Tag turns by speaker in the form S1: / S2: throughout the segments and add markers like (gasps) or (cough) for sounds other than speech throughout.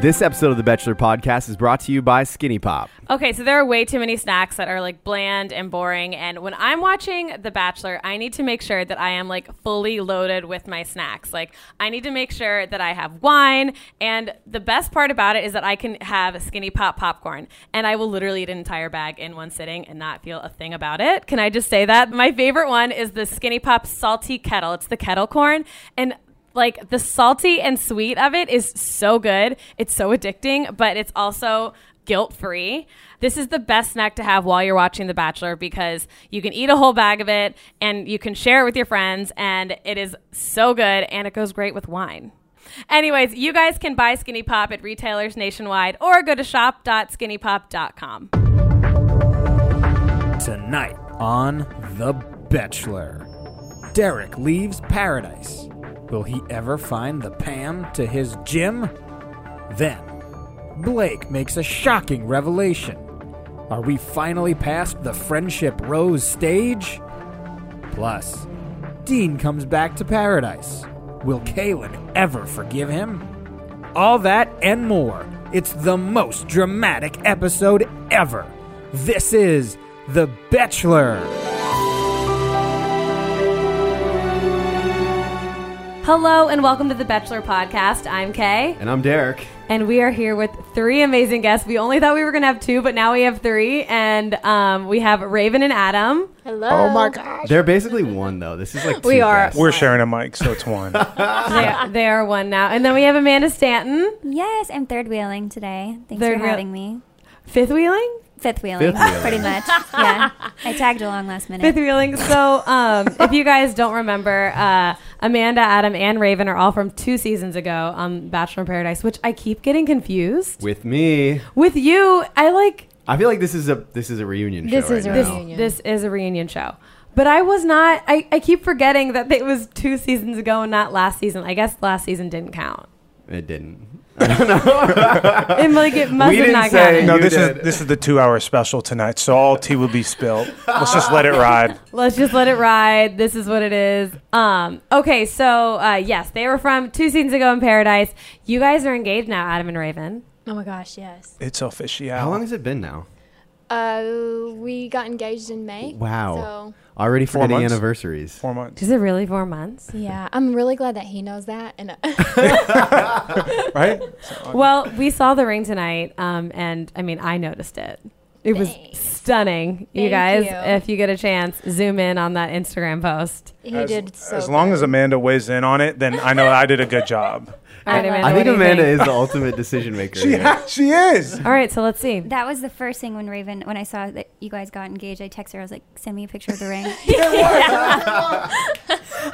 S1: This episode of the Bachelor Podcast is brought to you by Skinny Pop.
S2: Okay, so there are way too many snacks that are like bland and boring. And when I'm watching The Bachelor, I need to make sure that I am like fully loaded with my snacks. Like, I need to make sure that I have wine. And the best part about it is that I can have skinny pop popcorn and I will literally eat an entire bag in one sitting and not feel a thing about it. Can I just say that? My favorite one is the skinny pop salty kettle, it's the kettle corn. And like the salty and sweet of it is so good. It's so addicting, but it's also guilt free. This is the best snack to have while you're watching The Bachelor because you can eat a whole bag of it and you can share it with your friends, and it is so good and it goes great with wine. Anyways, you guys can buy Skinny Pop at retailers nationwide or go to shop.skinnypop.com.
S3: Tonight on The Bachelor, Derek leaves paradise. Will he ever find the Pam to his gym? Then, Blake makes a shocking revelation. Are we finally past the friendship rose stage? Plus, Dean comes back to paradise. Will Kalen ever forgive him? All that and more. It's the most dramatic episode ever. This is The Bachelor.
S2: Hello and welcome to The Bachelor Podcast. I'm Kay.
S1: And I'm Derek.
S2: And we are here with three amazing guests. We only thought we were going to have two, but now we have three. And um, we have Raven and Adam.
S4: Hello. Oh my gosh.
S1: They're basically one though. This is like
S4: We
S1: two
S4: are.
S1: guests.
S5: We're sharing a mic, so
S1: (laughs)
S5: it's one.
S2: They are, they are one now. And then we have Amanda Stanton,
S6: Yes, I'm third wheeling today. Thanks
S2: Third
S6: for
S2: wheel-
S6: having me.
S2: fifth wheeling.
S6: Fifth wheeling,
S1: Fifth wheeling.
S6: pretty
S2: (laughs)
S6: much. Yeah, I tagged along last
S2: Fifth
S6: minute.
S2: wheeling. So um, if you guys don't remember, uh, Amanda, Adam, and Raven are all from two seasons ago on Bachelor in Paradise, which I keep getting confused.
S1: with me.
S2: With you, I like
S1: I feel like this is a this is a reunion show.
S4: This is
S1: right
S4: a
S1: now.
S4: reunion.
S2: This is a reunion show. But I was not, I, I keep forgetting that it was two seasons ago and not last season. I guess last season didn't count.
S1: It didn't.
S2: And like it must
S1: We
S2: have
S1: didn't
S2: not
S1: say-
S2: counted.
S5: No,
S1: You
S5: this
S1: did.
S5: is this is the two-hour special tonight, so all tea will be spilled. Let's just let it ride.
S2: Let's just let it ride. This is what it is. Um, okay, so uh, yes, they were from two seasons ago in Paradise. You guys are engaged now, Adam and Raven.
S4: Oh my gosh, yes.
S5: It's official.
S1: How long has it been now?
S7: Uh, we got engaged in May.
S1: Wow. Already forgetting
S5: months?
S1: anniversaries.
S5: Four months,
S2: Is it really four months?
S7: So yeah, I'm really glad that he knows that. And uh,
S5: right?
S2: Well, we saw the ring tonight, um, and I mean, I noticed it. It was
S7: Thanks.
S2: stunning, you guys.
S7: Thank you.
S2: If you get a chance, zoom in on that Instagram post.
S7: (laughs) he did so.
S5: as long as Amanda weighs in on it, then I know I did a
S1: (laughs)
S5: good job.
S2: All right, Amanda.
S1: I think
S2: what do you
S1: Amanda is the ultimate
S5: (laughs)
S1: decision maker. here.
S5: she is.
S2: All right, so let's see.
S6: That was the first thing when Raven, when I saw that you guys got engaged, I texted her. I was like, "Send me a picture of
S2: (laughs)
S6: the ring."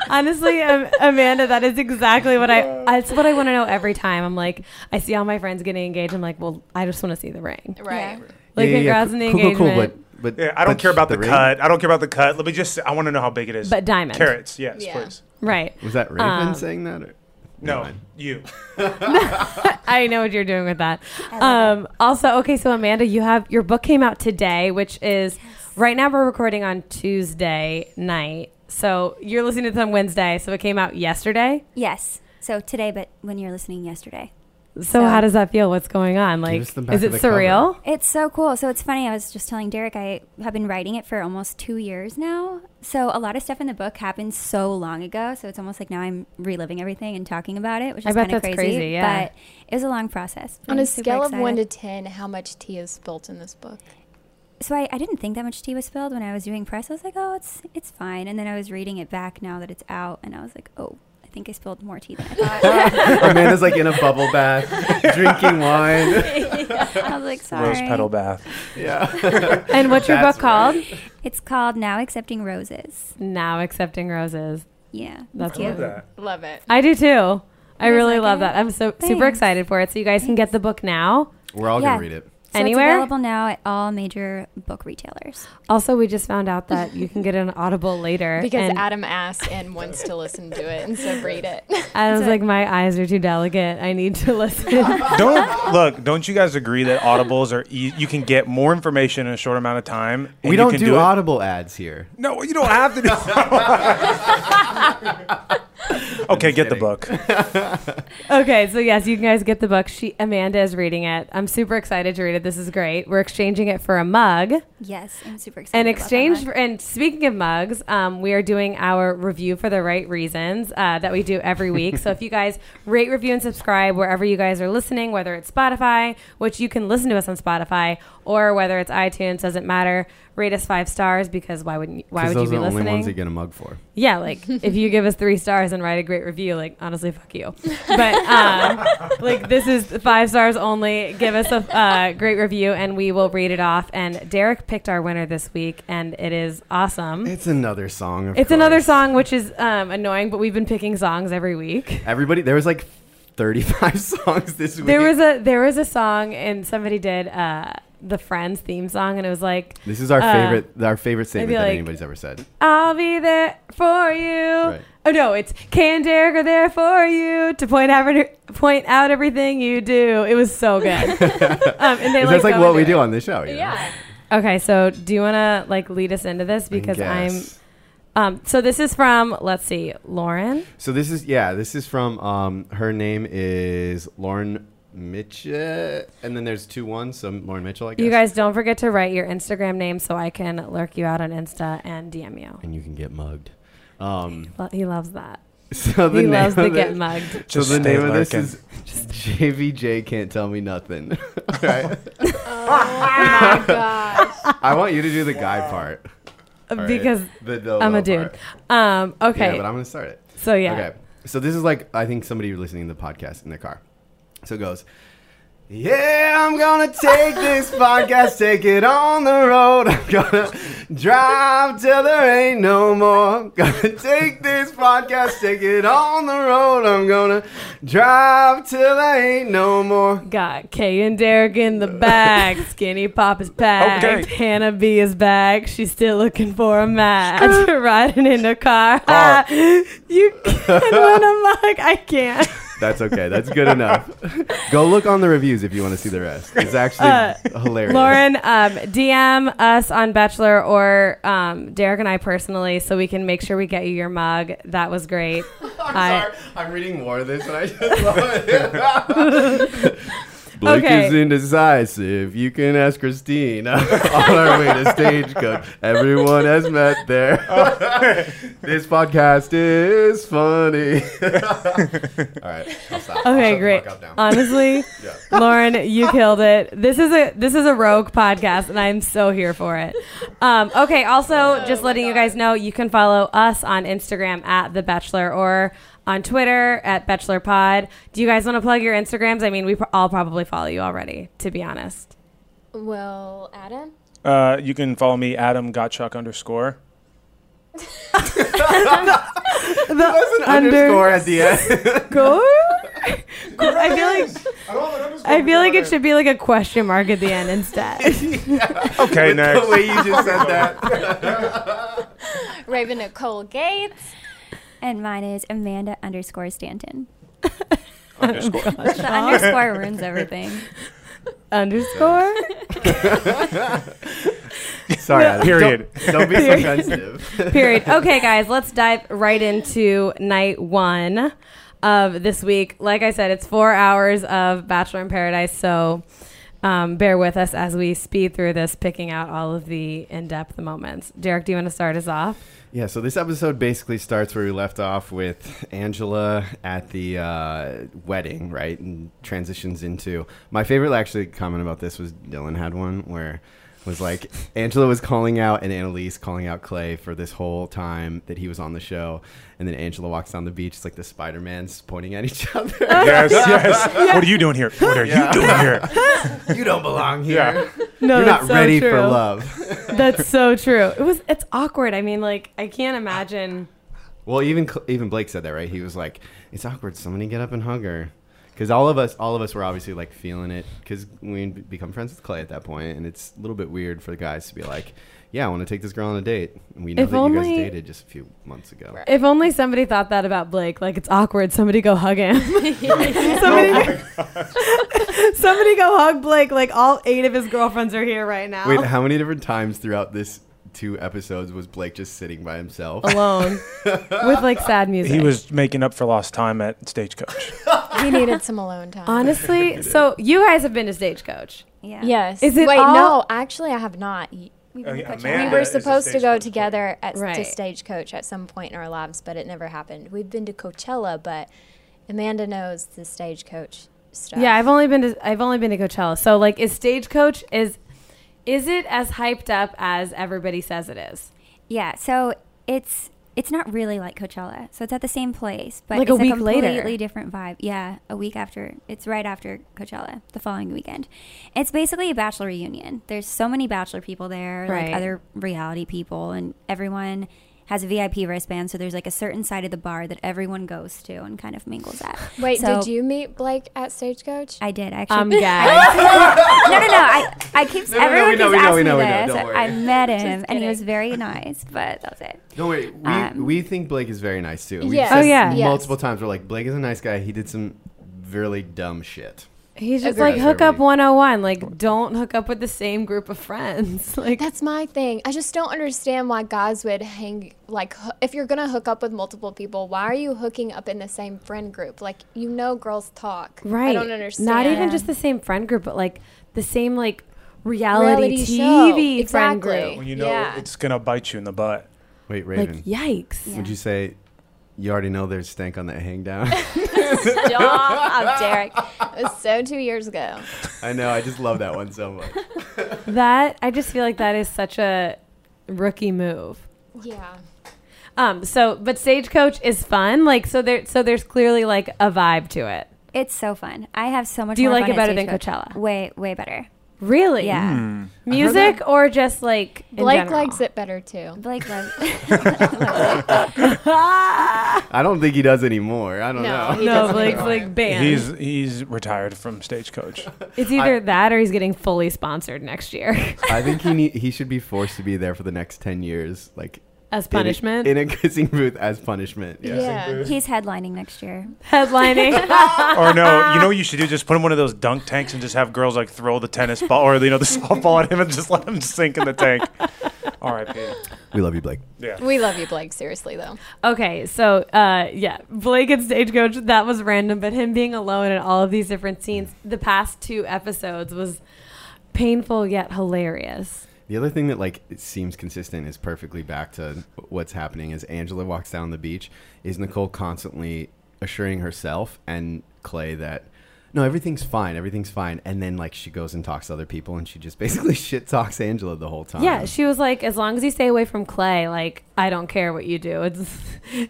S2: Honestly, um, Amanda, that is exactly what I. That's what I want to know every time. I'm like, I see all my friends getting engaged. I'm like, well, I just want to see the ring.
S6: Yeah.
S7: right.
S2: Like,
S1: Yeah, yeah, yeah.
S2: congrats on the
S1: cool,
S2: engagement.
S1: cool, cool, but but
S5: Yeah, I don't
S1: but
S5: care about the,
S1: ring?
S5: cut. I don't care about the cut. Let me just. I want to know how big it is.
S2: But diamond.
S5: carrots, yes,
S7: Yeah.
S5: please.
S2: Right.
S1: Was that Raven
S2: Um,
S1: saying that? Or?
S5: No,
S1: mind.
S5: you.
S2: I know what you're doing with that. Um, also, okay, so Amanda, you have your book came out today, which is right now we're recording on Tuesday night. So you're listening to this on Wednesday. So it came out yesterday.
S6: yes. So today, but when you're listening, yesterday.
S2: So,
S6: So-
S2: how does that feel? What's going on? Like,
S1: us
S2: is
S1: the back
S2: it
S1: of the cover.
S2: surreal?
S6: It's so cool. So it's funny. I was just telling Derek I have been writing it for almost two years now. So a lot of stuff in the book happened so long ago. So it's almost like now I'm reliving everything and talking about it, which is
S2: I bet
S6: kind of
S2: that's
S6: crazy.
S2: crazy, yeah.
S6: But it was a long process.
S7: On
S6: I'm
S7: a
S6: super
S7: scale of one
S6: excited.
S7: to ten, how much tea is spilt in this book?
S6: so I, I didn't think that much tea was spilled when I was doing press. I was like, oh, it's it's fine. And then I was reading it back now that it's out, and I was like, oh, I think I spilled more tea than I thought.
S1: Amanda's like in a bubble
S5: (laughs)
S1: bath, drinking wine.
S6: I was like, sorry.
S5: Rose petal bath.
S1: Yeah.
S2: And what's your
S1: That's
S2: book called?
S6: It's called Now Accepting Roses.
S2: Now Accepting Roses.
S6: Yeah,
S2: That's I
S6: that's cute.
S2: love
S7: Love it.
S2: I do too. I
S6: You guys
S2: really
S6: like
S2: love
S6: it?
S2: that. I'm so super
S6: Thanks.
S2: excited for it. So you guys can get the book now.
S1: (laughs) We're all
S6: Yeah.
S1: gonna read it.
S6: So
S2: Anywhere?
S6: it's available now at all major book retailers.
S2: Also, we just found out that you can get an Audible later.
S7: Because
S2: and
S7: Adam asked and wants to listen to it, and so read it.
S2: Adam's like, my eyes are too delicate. I
S1: (laughs)
S2: need to listen.
S5: (laughs) Don't look. Don't you guys agree that audibles are? E- you can get more information in a short amount of time. and
S1: we
S5: you
S1: don't
S5: can
S1: do,
S5: it-
S8: (laughs)
S1: audible ads here.
S5: No, you don't have to do. Okay, get the book.
S2: Okay, so yes, you guys get the book. She Amanda is reading it. I'm super excited to read it. This is great. We're exchanging it for a mug.
S6: Yes, I'm super excited.
S2: And
S6: about that
S2: exchange
S6: mug.
S2: for, and speaking of mugs, um, we are doing our review for the right reasons uh, that we do every week. so if
S1: (laughs)
S2: you guys rate, review, and subscribe wherever you guys are listening, whether it's Spotify, which you can listen to us on Spotify, or whether it's iTunes, doesn't matter. Rate us five stars because why wouldn't you, why
S1: Because
S2: would
S1: those
S2: you be
S1: are the
S2: listening?
S1: only ones you get a mug for.
S2: Yeah, like if you give us three stars and write a great review, like honestly, fuck you. But um, like this is five stars only. Give us a uh, great review and we will read it off. And Derek picked our winner this week, and it is awesome. It's,
S1: It's another song. Of
S2: another
S1: course.
S2: song which is um, annoying, but we've been picking songs every week.
S1: Everybody, there was like 35 (laughs) songs this week.
S2: There was a there was a song and somebody did uh, the Friends theme song, and it was like
S1: This is our
S2: uh,
S1: favorite. Our favorite statement
S2: feel
S1: that
S2: like-
S1: anybody's ever said.
S2: I'll be there for you.
S1: Right.
S2: Oh no, it's Kay and Derek are there for you to point out point out everything you do. It was so good.
S1: (laughs)
S2: um, and they
S1: 'Cause that's like
S2: go
S1: what
S2: into
S1: we
S2: it.
S1: do on this show. you know?
S7: Yeah.
S2: Okay, so do you want to like lead us into this
S1: I
S2: because I'm
S1: guess.
S2: um so this is from let's see, Lauren.
S1: So this is yeah. This is from um. Her name is Lauren Mitchell, and then there's two ones. So Lauren Mitchell, I guess.
S2: You guys don't forget to write your Instagram name so I can lurk you out on Insta and DM you.
S1: And you can get mugged. Um. (laughs)
S2: Lo- He loves that.
S1: So the
S2: He
S1: name
S2: loves
S1: of (laughs)
S2: to
S1: it-
S2: get mugged.
S1: So
S5: Just
S1: the
S5: stay
S1: name of this
S5: lurking.
S1: is JVJ can't tell me nothing. (laughs) All right.
S7: Oh my gosh.
S1: I want you to do the guy part. all right?
S2: Because
S1: The- the
S2: I'm
S1: low
S2: a dude.
S1: part.
S2: Um
S1: Yeah,
S2: okay.
S1: but I'm gonna start it.
S2: so yeah.
S1: Okay. So this is like I think somebody listening to the podcast in their car. So it goes. Yeah, I'm gonna take this podcast, take it on the road. I'm gonna drive till there ain't no more. Gonna take this podcast, take it on the road. I'm gonna drive till there ain't no more.
S2: Got Kay and Derek in the bag. Skinny Pop is packed.
S5: Okay.
S2: Hannah B is back. She's still looking for a match. (laughs) Riding in the car.
S5: Uh.
S2: (laughs) you can win a mug. I can't.
S1: That's okay. That's good
S2: (laughs)
S1: enough. Go look on the reviews if you want to see the rest. It's actually
S2: Uh,
S1: hilarious.
S2: Lauren, um, DM us on Bachelor or um, Derek and I personally so we can make sure we get you your mug. That was great.
S1: (laughs) I'm
S2: I-
S1: sorry. I'm reading more of this and I just love it. Blake
S2: Okay.
S1: is indecisive. You can ask Christine. (laughs) on our way to stagecoach, everyone has met there. this podcast is funny. All right, I'll stop. I'll shut
S2: Okay,
S1: the
S2: great.
S1: fuck up
S2: (laughs)
S1: now. (laughs)
S2: Honestly, Lauren, (laughs) you killed it. This is a this is a rogue podcast, and I'm so here for it. Um, okay, also just letting you guys know, you can follow us on Instagram at the Bachelor or on Twitter at Bachelor Pod. Do you guys want to plug your Instagrams? I mean, we pro- all probably follow you already, to be honest.
S7: Well, Adam?
S5: Uh, you can follow me, Adam Gottschalk underscore.
S1: There's an
S2: Under-
S1: underscore at the end.
S2: Go. I feel like I feel like it should be like a question mark at the end instead.
S5: Okay, next.
S1: the way you just said that.
S7: Raven Nicole Gates. (laughs)
S6: and mine is Amanda underscore Stanton.
S5: underscore.
S6: (laughs) The underscore ruins everything.
S2: (laughs) Underscore.
S1: Sorry, Adam.
S5: Period.
S1: Don't,
S2: (laughs)
S1: don't be so sensitive.
S2: Period. Okay, guys, let's dive right into night one of this week. Like I said, it's four hours of Bachelor in Paradise, so um, bear with us as we speed through this, picking out all of the in depth moments. Derek, do you want to start us off?
S1: Yeah, so this episode basically starts where we left off with Angela at the uh, wedding, right? And transitions into my favorite actually comment about this was Dylan had one where was like Angela was calling out and Annalise calling out Clay for this whole time that he was on the show, and then Angela walks down the beach, it's like the Spider Man's pointing at each (laughs) other.
S5: (laughs) (laughs) yes, yes. What are you doing here? What are you doing here?
S1: you don't belong here.
S5: Yeah.
S2: No,
S1: You're not ready for
S2: Oh, true.
S1: love.
S2: That's so true. It was. It's awkward. I mean, like I can't imagine.
S1: Well, even Cl- even Blake said that, right? He was like, "It's awkward. Somebody get up and hug her," because all of us, all of us were obviously like feeling it because we b- become friends with Clay at that point, and it's a little bit weird for the guys to be like, "Yeah, I want to take this girl on a date." And we know
S2: If
S1: that you
S2: only-
S1: guys dated just a few months ago.
S2: If only somebody thought that about Blake. Like it's awkward. Somebody go hug him. (laughs) somebody, (laughs) somebody go hug Blake. Like all eight of his girlfriends are here right now.
S1: Wait, how many different times throughout this two episodes was Blake just sitting by himself.
S2: alone with like sad music.
S5: (laughs) (laughs) He was making up for lost time at Stagecoach.
S7: He needed some alone time.
S5: (laughs)
S2: honestly. so you guys have been to Stagecoach.
S6: Yeah.
S7: yes.
S2: Is it
S7: Wait,
S2: all-
S7: no. Actually, I have not. We
S5: Uh, yeah,
S7: we
S5: Amanda
S7: were
S5: is a
S7: supposed to go
S5: Stagecoach
S7: together at, to
S2: Right.
S7: Stagecoach at some point in our lives, but it never happened. We've been to Coachella, but Amanda knows the Stagecoach stuff.
S2: Yeah, I've only been to I've only been to Coachella. So like, is Stagecoach is is it as hyped up as everybody says it is?
S6: Yeah, so it's it's not really like Coachella. So it's at the same place, but
S2: Like a
S6: it's
S2: week
S6: completely
S2: later.
S6: different vibe. Yeah, a week after. It's right after Coachella, the following weekend. It's basically a bachelor reunion. There's so many bachelor people there,
S2: Right.
S6: like other reality people, and everyone has a VIP wristband. So there's like a certain side of the bar that everyone goes to and kind of
S1: (laughs)
S6: mingles at.
S7: Wait,
S6: So-
S7: did you meet Blake at Stagecoach?
S6: I did actually. (laughs)
S2: Um,
S7: (laughs)
S2: guys,
S6: no, no, no. I, I keep
S1: no,
S6: everyone
S1: we know,
S6: keeps
S1: we know, we know, we
S6: asking me
S1: know.
S6: this.
S1: Don't worry.
S6: I met him, and he
S7: kidding.
S6: was very nice, but that's it.
S1: Don't worry, we,
S6: Um,
S1: we think Blake is very nice too. We
S7: Yes.
S1: said
S2: Oh, yeah.
S7: Yes.
S1: multiple times we're like Blake is a nice guy. He did some really dumb shit.
S2: he's just
S1: Agreed.
S2: like hook up 101. Like, don't hook up with the same group of friends. (laughs) Like,
S7: That's my thing. I just don't understand why guys would hang like hoo- if you're gonna hook up with multiple people, why are you hooking up in the same friend group? Like you know, girls talk.
S2: right?
S7: I don't understand.
S2: Not even
S6: Yeah.
S2: just the same friend group, but like the same like reality,
S7: Reality show.
S2: TV friend
S7: Exactly.
S2: group.
S5: When you know
S7: Yeah.
S5: it's gonna bite you in the butt.
S1: Wait, Raven,
S2: Like, yikes.
S1: would you say you already know there's stank on that hang down?
S7: Stop, Derek. It was so two years ago.
S1: I know. I just love that one so much.
S2: That I just feel like that is such a rookie move.
S7: Yeah.
S2: Um. So, but stagecoach is fun. Like, so there. So there's clearly like a vibe to it.
S6: It's so fun. I have so much.
S2: Do you
S6: more
S2: like
S6: fun
S2: it
S6: at
S2: better than
S6: Stagecoach.
S2: Coachella?
S6: Way, way better.
S2: Really?
S6: Yeah.
S2: Music or just like in
S7: Blake
S2: general?
S7: likes it better too.
S1: (laughs)
S6: Blake loves. (laughs)
S1: I don't think he does anymore. I don't know.
S7: No,
S1: (laughs)
S7: he
S2: No,
S7: doesn't
S2: (laughs) Blake's
S7: anymore.
S2: like banned.
S5: He's he's retired from Stagecoach.
S2: it's either that or he's getting fully sponsored next year
S1: I think he need, he should be forced to be there for the next ten years, like
S2: as
S1: in a-
S2: punishment.
S1: in a, kissing booth as punishment. Yeah.
S7: Yeah.
S6: He's headlining next year.
S5: (laughs)
S2: Headlining.
S5: (laughs) or no, you know what you should do? Just put him in one of those dunk tanks and just have girls like throw the tennis ball or you know the softball at him and just let him sink in the (laughs) tank. R.I.P.
S1: We love you, Blake.
S5: Yeah.
S7: We love you, Blake. Seriously though.
S2: okay, so uh, yeah, Blake and stagecoach. That was random, but him being alone in all of these different scenes, the past two episodes was painful yet hilarious.
S1: The other thing that like it seems consistent is perfectly back to what's happening as Angela walks down the beach. Is Nicole constantly assuring herself and Clay that no, everything's fine, everything's fine, and then like she goes and talks to other people, and she just (laughs) basically shit talks Angela the whole time.
S2: Yeah, she was like, as long as you stay away from Clay, like I don't care what you do. (laughs) It's,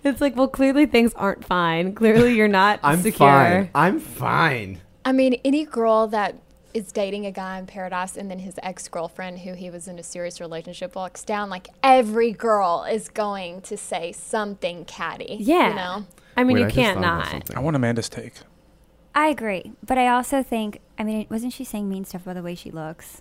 S2: it's like, well, clearly things aren't fine. Clearly you're not
S1: (laughs) I'm
S2: secure.
S1: fine. I'm fine.
S7: I mean, any girl that is dating a guy in paradise and then his ex girlfriend who he was in a serious relationship walks down, like every girl is going to say something catty.
S2: Yeah.
S7: You know?
S2: I mean,
S1: Wait,
S2: you
S1: I just
S2: can't
S1: thought about
S2: not.
S1: something.
S5: I want Amanda's take.
S6: I agree, but I also think. I mean, it- wasn't she saying mean stuff about the way she looks?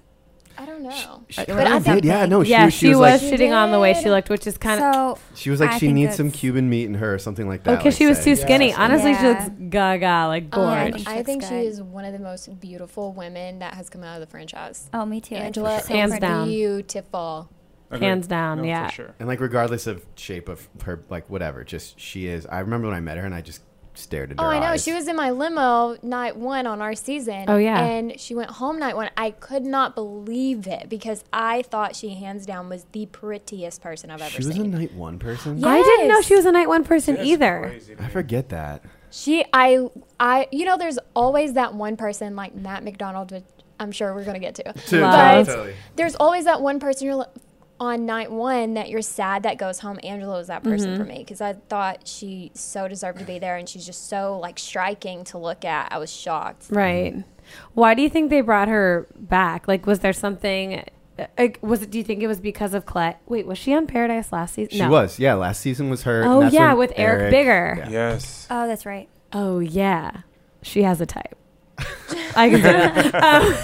S7: I don't know.
S1: She
S7: But
S1: kinda
S7: I
S1: did.
S7: think-
S1: Yeah, no, she,
S2: yeah,
S1: was-
S2: she,
S1: she was,
S2: was,
S1: like,
S2: shitting on the way she
S7: did.
S2: looked, which is kind of.
S6: so
S1: she was like,
S6: I
S1: she
S6: think
S1: needs some
S6: that's-
S1: Cuban meat in her or something like that.
S2: Well, because
S1: like,
S2: Oh, she was
S1: say-
S2: too skinny. Honestly, she
S6: Yeah.
S2: looks gaga, like
S7: Um,
S2: gorge.
S6: think she
S7: I
S6: looks
S7: think she
S6: good.
S7: is one of the most beautiful women that has come out of the franchise.
S6: Oh, me too. I think
S7: Angela
S6: she's so
S2: Hands
S7: is
S6: pretty.
S2: down.
S7: beautiful.
S2: Hands
S7: Um,
S2: down, yeah.
S5: For sure.
S1: and like regardless of shape of her, like whatever, just she is. I remember when I met her and I just stared at
S7: Oh,
S1: her.
S7: I know.
S1: eyes.
S7: She was in my limo night one on our season.
S2: Oh, yeah.
S7: And she went home night one. I could not believe it because I thought she, hands down, was the prettiest person I've ever
S1: She
S7: seen.
S1: was a night one person.
S2: I didn't know
S7: Yes.
S2: she was a night one person either.
S1: I forget that.
S7: She, I, I, you know, there's always that one person like Matt McDonald, which I'm sure we're gonna get to.
S2: Love.
S7: But there's always that one person you're li- on night one that you're sad that goes home. Angela was that
S2: Mm-hmm.
S7: person for me because I thought she so deserved to be there, and she's just so like striking to look at. I was shocked.
S2: Right. Why do you think they brought her back? Like, was there something? uh, Like, was it? Do you think it was because of Clay? Wait, was she on Paradise last season?
S1: She
S2: no.
S1: was. Yeah, last season was her. and
S2: Oh,
S1: that's
S2: yeah,
S1: when
S2: with Eric Bigger.
S1: yeah.
S5: Yes.
S6: Oh, that's right.
S2: Oh yeah, she has a type. I can do it.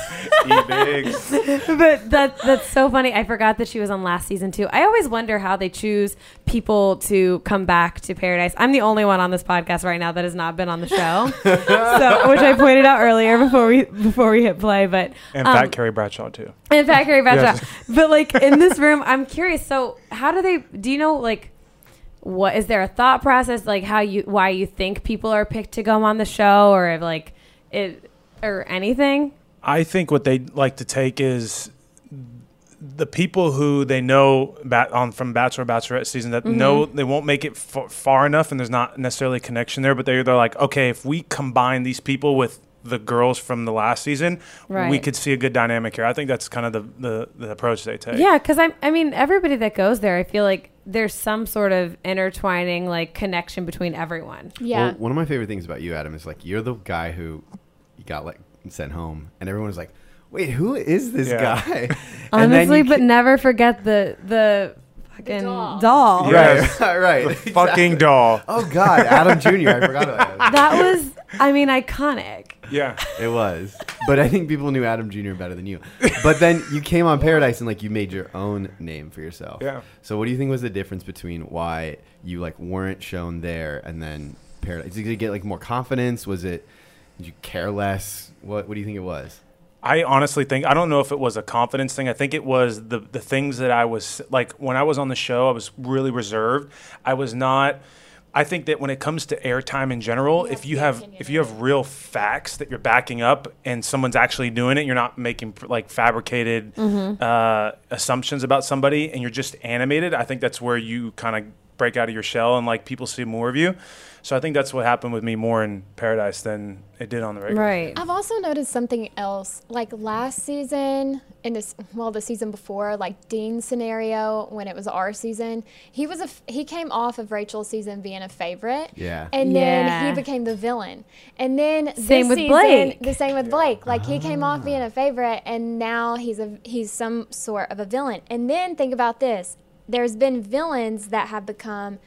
S5: E
S2: (laughs)
S5: Biggs.
S2: but that that's so funny. I forgot that she was on last season too. I always wonder how they choose people to come back to Paradise. I'm the only one on this podcast right now that has not been on the show, so, which I pointed out earlier before we before we hit play. But
S5: And
S2: um,
S5: Fat Carrie Bradshaw, too.
S2: and Fat Carrie Bradshaw.
S5: Yes.
S2: But like
S1: (laughs)
S2: in this room, I'm curious. So how do they? Do you know like what is there a thought process like how you why you think people are picked to go on the show or if like it or anything?
S5: I think what they like to take is the people who they know bat on from Bachelor Bachelorette season
S2: Mm-hmm.
S5: that know they won't make it f- far enough, and there's not necessarily a connection there. But they're they're like, okay, if we combine these people with the girls from the last season, we
S2: Right.
S5: could see a good dynamic here. I think that's kind of the the, the approach they take.
S2: Yeah, because I I mean everybody that goes there, I feel like there's some sort of intertwining like connection between everyone.
S7: Yeah.
S1: Well, one of my favorite things about you, Adam, is like you're the guy who got like sent home, and everyone was like, "Wait, who is this
S5: Yeah.
S1: guy?" (laughs) And then
S2: Honestly,
S1: you
S2: but
S1: ca-
S2: never forget the the fucking
S7: doll.
S1: (laughs)
S2: doll.
S5: Yeah.
S1: right, right,
S5: Fucking
S1: exactly.
S5: doll.
S1: Oh God, Adam Jr. I forgot about
S5: (laughs)
S1: that.
S2: That was I mean iconic.
S5: Yeah.
S1: It was, but I think people knew Adam Jr. better than you. But then you came on Paradise and like you made your own name for yourself.
S5: Yeah.
S1: So what do you think was the difference between why you like weren't shown there and then Paradise? Did you get like more confidence? Was it did you care less? What What do you think it was?
S5: I honestly think I don't know if it was a confidence thing. I think it was the the things that I was like when I was on the show, I was really reserved. I was not I think that when it comes to airtime in general, if you have if you have real facts that you're backing up and someone's actually doing it, you're not making like fabricated uh, assumptions about somebody and you're just animated. I think that's where you kind of break out of your shell and like people see more of you. So I think that's what happened with me more in Paradise than it did on the regular.
S2: Right.
S7: I've also noticed something else. Like last season, and this, well, the season before, like Dean's scenario when it was our season, he was a f- he came off of Rachel's season being a favorite.
S1: Yeah.
S7: And then
S2: Yeah.
S7: he became the villain. And then this
S2: Same with
S7: season-
S2: Blake.
S7: The same with Blake. Like he came
S1: Ah.
S7: off being a favorite, and now he's a he's some sort of a villain. And then think about this: there's been villains that have become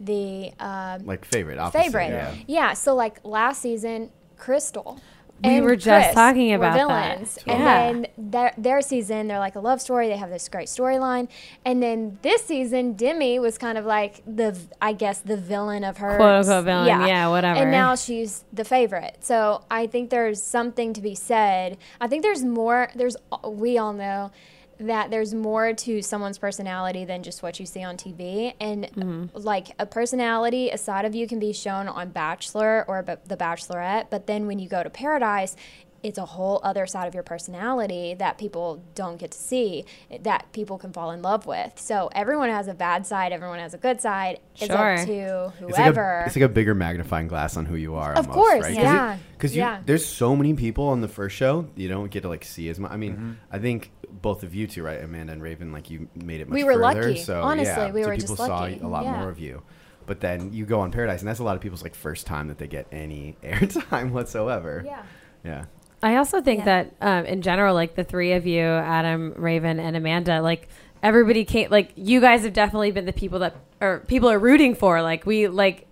S7: the um,
S1: Like favorite, opposite,
S7: favorite.
S1: Yeah.
S7: Yeah. So like last season, Crystal.
S2: We
S7: and
S2: were just
S7: Chris
S2: talking
S7: were
S2: about that.
S7: villains,
S2: Yeah.
S7: and then their their season, they're like a love story. They have this great storyline, and then this season, Demi was kind of like the I guess the villain of her
S2: Quote, unquote, villain. Yeah, whatever.
S7: And now she's the favorite. So I think there's something to be said. I think there's more. There's we all know. That there's more to someone's personality than just what you see on TV, and like a personality, a side of you can be shown on Bachelor or b- The Bachelorette, but then when you go to Paradise, it's a whole other side of your personality that people don't get to see, that people can fall in love with. So everyone has a bad side, everyone has a good side. It's
S2: Sure.
S7: up to whoever.
S1: It's like, a, it's like a bigger magnifying glass on who you are.
S7: Of
S1: almost,
S7: course,
S1: right?
S7: yeah.
S1: Because
S7: Yeah.
S1: you there's so many people on the first show you don't get to like see as much. I mean,
S2: Mm-hmm.
S1: I think both of you two, right, Amanda and Raven, like you made it. Much
S7: We were
S1: further,
S7: lucky.
S1: So
S7: Honestly,
S1: yeah,
S7: we
S1: so
S7: were
S1: people
S7: just lucky.
S1: saw a lot
S7: Yeah.
S1: more of you. But then you go on Paradise, and that's a lot of people's like first time that they get any (laughs) airtime whatsoever.
S7: Yeah.
S1: Yeah.
S2: I also think that um, in general, like the three of you, Adam, Raven, and Amanda, like everybody came, like you guys have definitely been the people that or people are rooting for. Like we like.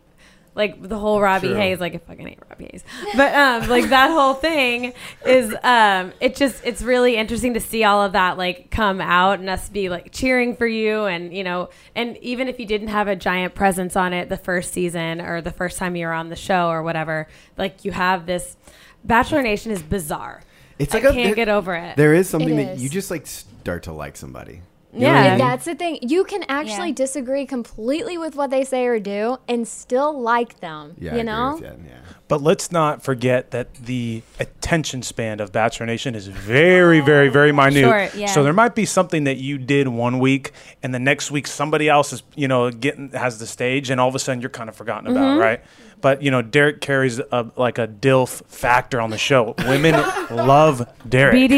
S2: Like the whole Robbie
S5: True.
S2: Hayes, like I fucking hate Robbie Hayes, but um, like that whole thing is, um, it just it's really interesting to see all of that like come out and us be like cheering for you and you know and even if you didn't have a giant presence on it the first season or the first time you were on the show or whatever, like you have this Bachelor Nation is bizarre.
S1: It's
S2: I
S1: like a-
S2: can't
S1: there-
S2: get over it.
S1: There is something that
S7: is.
S1: you just like start to like somebody. You know what I
S2: yeah,
S1: mean?
S7: That's the thing. You can actually
S6: Yeah.
S7: disagree completely with what they say or do and still like them.
S1: Yeah. I
S7: you
S1: agree
S7: know?
S1: with that, yeah.
S5: But let's not forget that the attention span of Bachelor Nation is very, very, very minute.
S2: Sure,
S6: yeah.
S5: So there might be something that you did one week, and the next week somebody else is, you know, getting has the stage, and all of a sudden you're kind of forgotten about, right? But you know, Derek carries a, like a DILF factor on the show. Women (laughs) love Derek.
S2: BDE,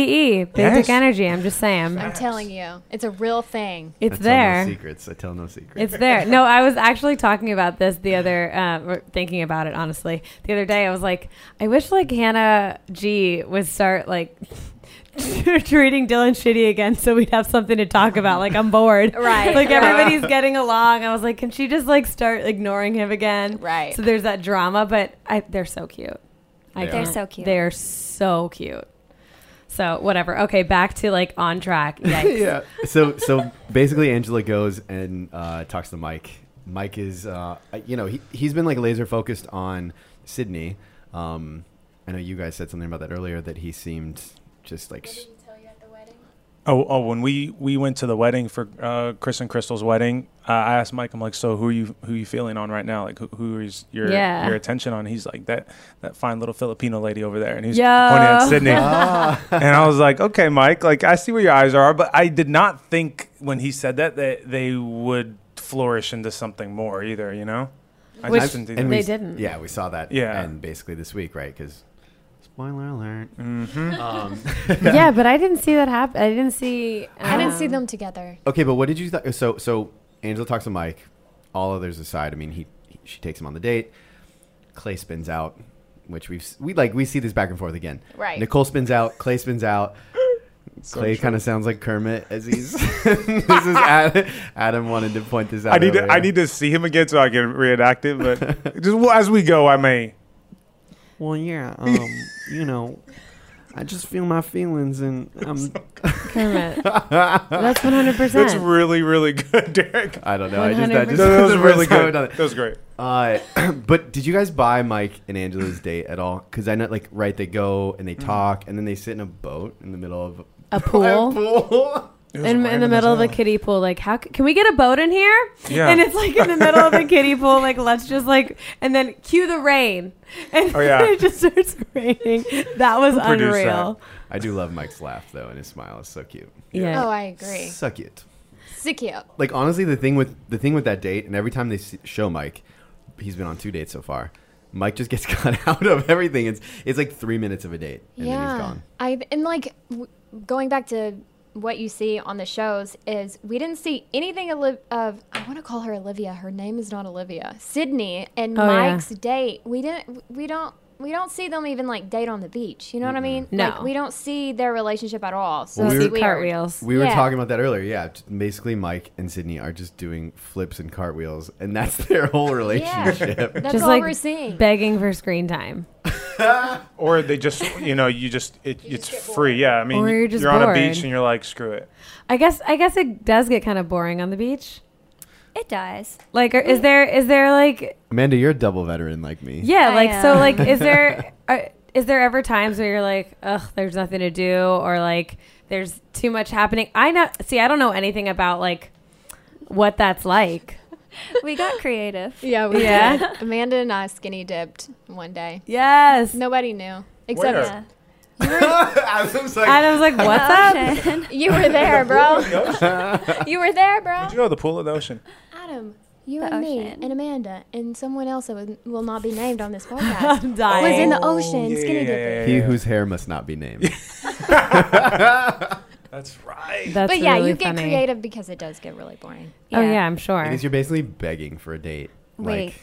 S2: big
S5: Yes.
S2: dick E, energy. I'm just saying,
S7: I'm telling you, it's a real thing.
S2: it's
S1: I tell
S2: there.
S1: no secrets. I tell no secrets.
S2: It's there. No, I was actually talking about this the other, uh, or thinking about it honestly the other day. I was like, I wish like Hannah G would start like (laughs) treating Dylan shitty again, so we'd have something to talk about. Like I'm bored.
S7: (laughs) Right.
S2: like
S7: Yeah.
S2: everybody's getting along. I was like, can she just like start ignoring him again?
S7: Right.
S2: So there's that drama, but I, they're so cute. I
S1: They are.
S2: can't-
S6: They're so cute.
S2: They're so cute. So whatever. Okay, back to like on
S7: (laughs)
S2: track. Yikes.
S1: yeah. (laughs) So so basically, Angela goes and uh, talks to Mike. Mike is, uh, you know, he he's been like laser focused on Sydney. Um, I know you guys said something about that earlier that he seemed just like s-
S5: Oh, oh, when we we went to the wedding for uh, Chris and Crystal's wedding, uh, I asked Mike, I'm like, so who are you who you feeling on right now? Like, who, who is your
S2: Yeah.
S5: your attention on? He's like that that fine little Filipino lady over there, and he's
S2: Yo.
S5: pointing at Sydney,
S1: Ah.
S5: (laughs) and I was like, okay, Mike, like I see where your eyes are, but I did not think when he said that that they would flourish into something more either, you know. I
S2: Which-
S5: just didn't think
S1: and
S5: that.
S1: we
S2: They
S1: s-
S2: didn't.
S1: Yeah, we saw that.
S5: Yeah.
S1: And basically this week, right? Because spoiler alert.
S2: yeah, but I didn't see that happen. I didn't see.
S7: I didn't
S2: Um,
S7: see them together.
S1: Okay, but what did you th- so so Angela talks to Mike. All others aside, I mean, he, he she takes him on the date. Clay spins out, which we've s- we like we see this back and forth again.
S7: Right.
S1: Nicole spins out. Clay spins
S2: (laughs)
S1: out. Clay kind of sounds like Kermit as he's. (laughs) this is Adam, Adam wanted to point this out.
S5: I need to,
S1: earlier. (laughs)
S5: I need to see him again so I can reenact it, but just as we go, I may.
S8: Well, yeah, um, you know, I just feel my feelings, and I'm
S2: Kermit. (laughs) That's one hundred
S5: That's
S2: percent.
S5: really really (laughs) good, Derek.
S1: I don't know. I just, I just
S2: 100%.
S5: No, that was
S1: the first
S5: really
S1: time
S5: good.
S1: I've done it.
S5: That was great.
S1: Uh, (clears throat) but did you guys buy Mike and Angela's date at all? Because I know, like, right, they go and they talk, and then they sit in a boat in the middle of
S2: Mm-hmm.
S1: (laughs)
S2: A pool
S1: pool.
S2: in, in the middle of a kiddie pool. Like, how c- can we get a boat in here?
S5: Yeah.
S2: And it's like in the middle
S5: (laughs)
S2: of a kiddie pool. Like, let's just like, and then cue the rain, and
S5: Oh, yeah.
S2: (laughs) it just starts raining. That was
S5: produced that?
S2: unreal.
S1: I do love Mike's laugh though, and his smile is so cute.
S2: Yeah.
S7: Oh, I agree.
S1: So cute.
S7: Sick you.
S1: Like honestly, the thing with the thing with that date, and every time they s show Mike, he's been on two dates so far. Mike just gets (laughs) cut out of everything. It's it's like three minutes of a date, and then he's gone.
S7: I and like w- going back to what you see on the shows is we didn't see anything Oli- of I want to call her Olivia. Her name is not Olivia. Sydney and
S2: Oh, yeah.
S7: Mike's date. We didn't. We don't. We don't see them even like date on the beach. You know what I mean?
S2: No.
S7: Like, we don't see their relationship at all. So
S1: Well, we
S7: it's
S1: were-
S7: weird.
S2: Cartwheels.
S1: We were
S7: Yeah.
S1: talking about that earlier. Yeah, t- basically, Mike and Sydney are just doing flips and cartwheels, and that's (laughs) their whole relationship.
S7: (laughs) That's
S2: Just
S7: all
S2: like
S7: we're seeing.
S2: begging for screen time.
S5: Or they just, you know, you just it, it's free. Yeah, I mean,
S2: Or you're
S5: you're,
S2: just
S5: on a
S2: bored.
S5: beach and you're like, screw it.
S2: I guess I guess it does get kind of boring on the beach.
S6: It does.
S2: Like, are, is there is there like
S1: Amanda, you're a double veteran like me. (laughs)
S2: yeah
S6: I
S2: like so
S6: am.
S2: like is
S7: (laughs)
S2: there are, is there ever times where you're like ugh there's nothing to do or like there's too much happening? I know. See, I don't know anything about like what that's like.
S6: We got
S1: (laughs)
S6: creative.
S7: Yeah, we
S2: Yeah.
S7: yeah.
S2: (laughs)
S7: Amanda and I skinny dipped one day.
S2: Yes.
S7: Nobody knew except
S5: Where?
S6: Yeah. Oh,
S1: Adam's like,
S2: And I was like, what's up?
S6: Ocean.
S7: you
S1: (laughs)
S7: were there, bro. you were there, bro.
S5: Did you know the pool of the ocean?
S7: Adam, you
S6: The
S7: and me
S6: ocean.
S7: and Amanda and someone else that would- will not be
S2: (laughs)
S7: named on this
S2: (laughs)
S7: podcast
S2: I'm
S7: was
S2: dying.
S7: in the ocean skinny dipping.
S1: he whose hair must not be named.
S5: That's right.
S2: That's
S7: But yeah,
S2: really
S7: you get
S2: funny.
S7: creative because it does get really boring.
S6: (laughs)
S2: Oh yeah, I'm sure.
S1: Because you're basically begging for a date.
S6: Wait.
S1: Like,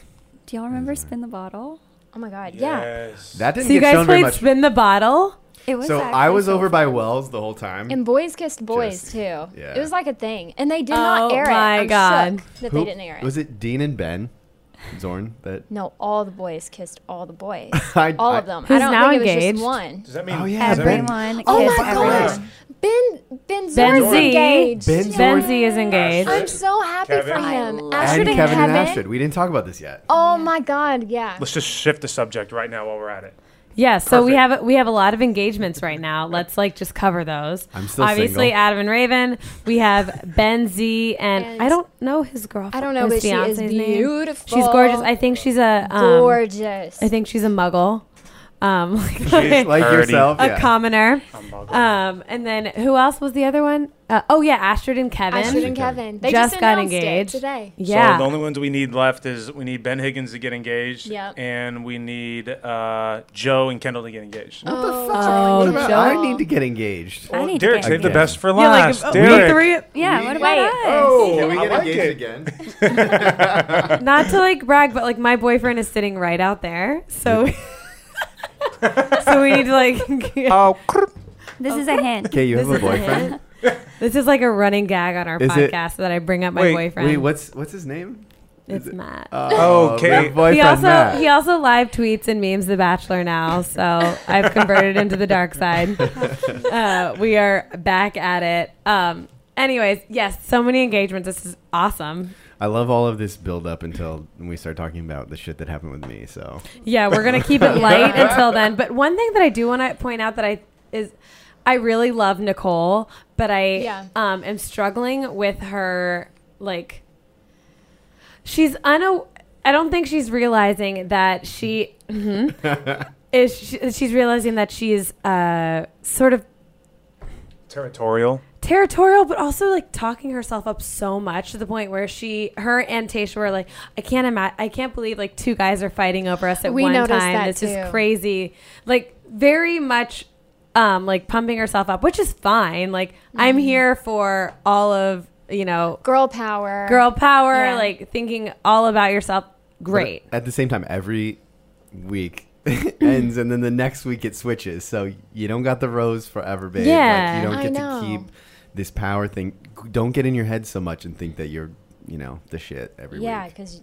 S6: Do y'all remember Spin the Bottle?
S7: Oh my god, yeah.
S1: that didn't
S2: So you
S1: get
S2: guys
S1: shown very
S2: played
S1: much.
S2: spin the bottle.
S6: It was.
S1: so I
S6: actually
S1: was
S6: so
S1: over by
S6: fun.
S1: Wells the whole time.
S7: And boys kissed boys
S1: Just-
S7: too.
S1: yeah.
S7: It was like a thing, and they did
S2: Oh
S7: not air
S2: my
S7: it. I'm
S2: God.
S7: shook that
S1: Who-
S7: they didn't air it.
S1: Was it Dean and Ben, Zorn? That
S7: No, all the boys kissed all
S2: (laughs)
S7: the boys.
S1: I-
S7: all
S1: I-
S7: of them.
S2: Who's
S7: I don't
S2: now
S7: think it was
S2: engaged?
S7: just one.
S5: Does that mean?
S1: Oh, yeah,
S5: does that mean-
S6: Everyone.
S7: Oh
S6: kissed
S7: my
S6: everyone.
S7: gosh. Ben Ben
S2: Ben
S7: Zorn's
S2: Z.
S7: engaged.
S1: Ben
S2: Ben
S1: Zorn
S2: Z is engaged.
S7: I'm so happy for
S5: Kevin.
S7: him.
S1: and
S7: Astrid
S1: Kevin
S7: and
S1: and Astrid. We didn't talk about this yet.
S7: Oh my god, yeah.
S5: Let's just shift the subject right now while we're at it.
S2: Yeah, so we
S5: Perfect.
S2: have we have a lot of engagements
S1: (laughs)
S2: right now. Let's like just cover those.
S1: I'm still
S2: obviously
S1: single.
S2: Adam and Raven. We have Ben Z and,
S7: And-
S2: I don't know his girlfriend.
S7: I don't know,
S2: his
S7: but she is
S2: fiance's name.
S7: beautiful.
S2: She's gorgeous. I think she's a um,
S7: Gorgeous.
S2: I think she's a muggle. Um, (laughs)
S5: She's
S1: Like
S5: Already.
S1: yourself,
S2: a
S1: yeah.
S2: commoner.
S5: muggle.
S2: Um, and then who else was the other one? Uh, oh yeah, Astrid and Kevin.
S7: Astrid and Kevin. They
S2: Just
S7: just,
S2: got
S7: announced it
S2: engaged.
S7: today.
S2: yeah.
S5: So the only ones we need left is we need Ben Higgins to get engaged.
S7: Yep.
S5: And we need uh, Joe and Kendall to get engaged.
S1: What the fuck?
S2: Oh,
S1: What about-
S2: Joe.
S1: I need to get engaged.
S6: I need to
S5: Derek,
S6: get
S5: save the
S1: engaged.
S5: best for
S2: yeah,
S5: last.
S2: like, uh,
S5: Derek.
S2: we three,
S6: Yeah. What about
S7: Wait.
S6: us?
S5: Oh,
S1: Can we get
S5: I like
S1: engaged
S5: it.
S1: again?
S2: not to like brag, but like my boyfriend is sitting right out there, so (laughs) so we need
S1: (laughs)
S2: to like.
S8: oh,
S6: This is a hint.
S1: Okay, you have
S2: This
S1: a
S2: is a
S1: boyfriend.
S2: hint. This is like a running gag on our
S1: Is it-
S2: podcast that I bring up my
S1: wait,
S2: boyfriend.
S1: Wait, what's what's his name?
S2: It's Matt.
S5: Oh, okay.
S1: My Uh, boyfriend
S2: he also
S1: Matt.
S2: he also live tweets and memes The Bachelor now, so I've converted into the
S1: (laughs)
S2: dark side. Uh, we are back at it. Um, anyways, yes, so many engagements. This is awesome.
S1: I love all of this build up until we start talking about the shit that happened with me. So
S2: Yeah, we're gonna keep it light until then. But one thing that I do want to point out that I is I really love Nicole, but I
S7: Yeah.
S2: um, am struggling with her like she's unaw I don't think she's realizing that she Mhm. is she, she's realizing that she's uh, sort of
S5: Territorial.
S2: territorial, but also like talking herself up so much to the point where she, her and Tasha were like, I can't imagine, I can't believe like two guys are fighting over us at
S7: We
S2: one time.
S7: noticed that
S2: this is
S7: too.
S2: crazy. Like very much, um, like pumping herself up, which is fine. Like I'm
S7: Mm-hmm.
S2: here for all of you know,
S7: Girl power.
S2: girl power.
S7: Yeah.
S2: Like thinking all about yourself. Great.
S1: But at the same time, every week (laughs) ends, and then the next week it switches. So you don't got the rose forever, babe.
S2: Yeah,
S1: like,
S7: I
S1: you don't get
S7: know.
S1: to keep this power thing. Don't get in your head so much and think that you're, you know, the shit every
S7: Yeah,
S1: week.
S7: because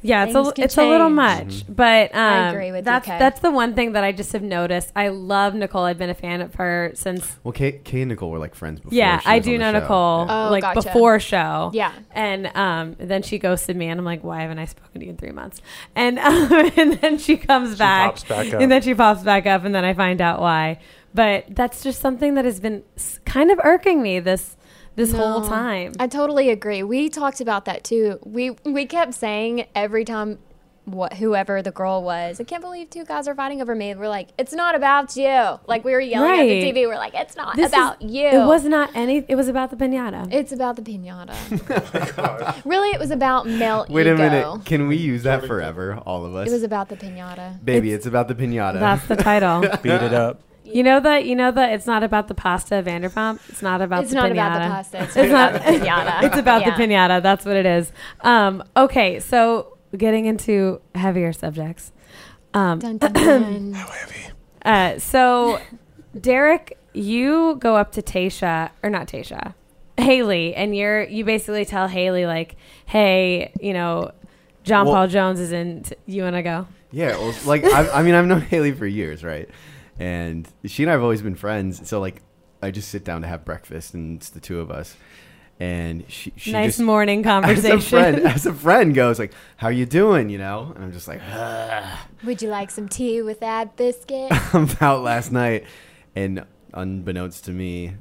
S2: Yeah, it's a,
S7: Things can
S2: it's a little
S7: change.
S2: much, but um,
S7: I agree with you,
S2: that's
S7: Kay.
S2: that's the one thing that I just have noticed. I love Nicole. I've been a fan of her since
S1: Well, Kay, Kay and Nicole were like friends before.
S2: Yeah,
S1: she
S2: I
S1: was
S2: do
S1: on the
S2: know
S1: show.
S2: Nicole
S1: Yeah.
S7: Oh,
S2: like
S7: gotcha.
S2: before show.
S7: Yeah.
S2: and um, then she ghosted me, and I'm like, why haven't I spoken to you in three months? And (laughs) um, and then she comes back,
S5: pops back up.
S2: and then she pops back up, and then I find out why. But that's just something that has been s- kind of irking me this this whole
S7: No.
S2: time.
S7: I totally agree. We talked about that too. We we kept saying every time what whoever the girl was, I can't believe two guys are fighting over me. We're like, it's not about you. Like we were yelling at
S2: Right.
S7: the TV. We're like, it's not
S2: This is-
S7: about you.
S2: It was not any. It was about the pinata.
S7: It's about
S1: (laughs)
S7: the pinata.
S1: Oh
S7: really, it was about male
S1: Wait
S7: ego.
S1: a minute. Can we use that forever, all of us?
S7: It was about the pinata.
S1: Baby, it's, about the pinata.
S2: That's the title.
S5: Beat it up.
S2: you know that. You know that. It's not about the pasta Vanderpump. It's not about.
S7: It's
S2: the
S7: not
S2: pinata.
S7: about the pasta.
S2: (laughs)
S7: It's,
S2: It's
S7: about
S2: not-
S7: the
S2: (laughs)
S7: pinata.
S2: it's about
S7: Yeah.
S2: the pinata. That's what it is. Um, okay, so getting into heavier subjects. Um,
S7: Dun, dun, dun.
S2: (coughs) uh, so, Derek, you go up to Tasha or not Tasha, Haley, and you're you basically tell Haley like, "Hey, you know, John
S1: Well-
S2: Paul Jones is in. T- you want to go?"
S1: Yeah, well, like I, I mean, I've known (laughs) Haley for years, right? And she and I have always been friends. So like, I just sit down to have breakfast, and it's the two of us. And she, she
S2: nice
S1: just, (laughs)
S2: morning
S1: as
S2: conversation.
S1: a friend, as a friend goes like, "How you doing?" You know, and I'm just like,
S7: Would you like some tea with that biscuit?
S1: (laughs)
S2: (laughs)
S1: "I'm out last night," and unbeknownst to me,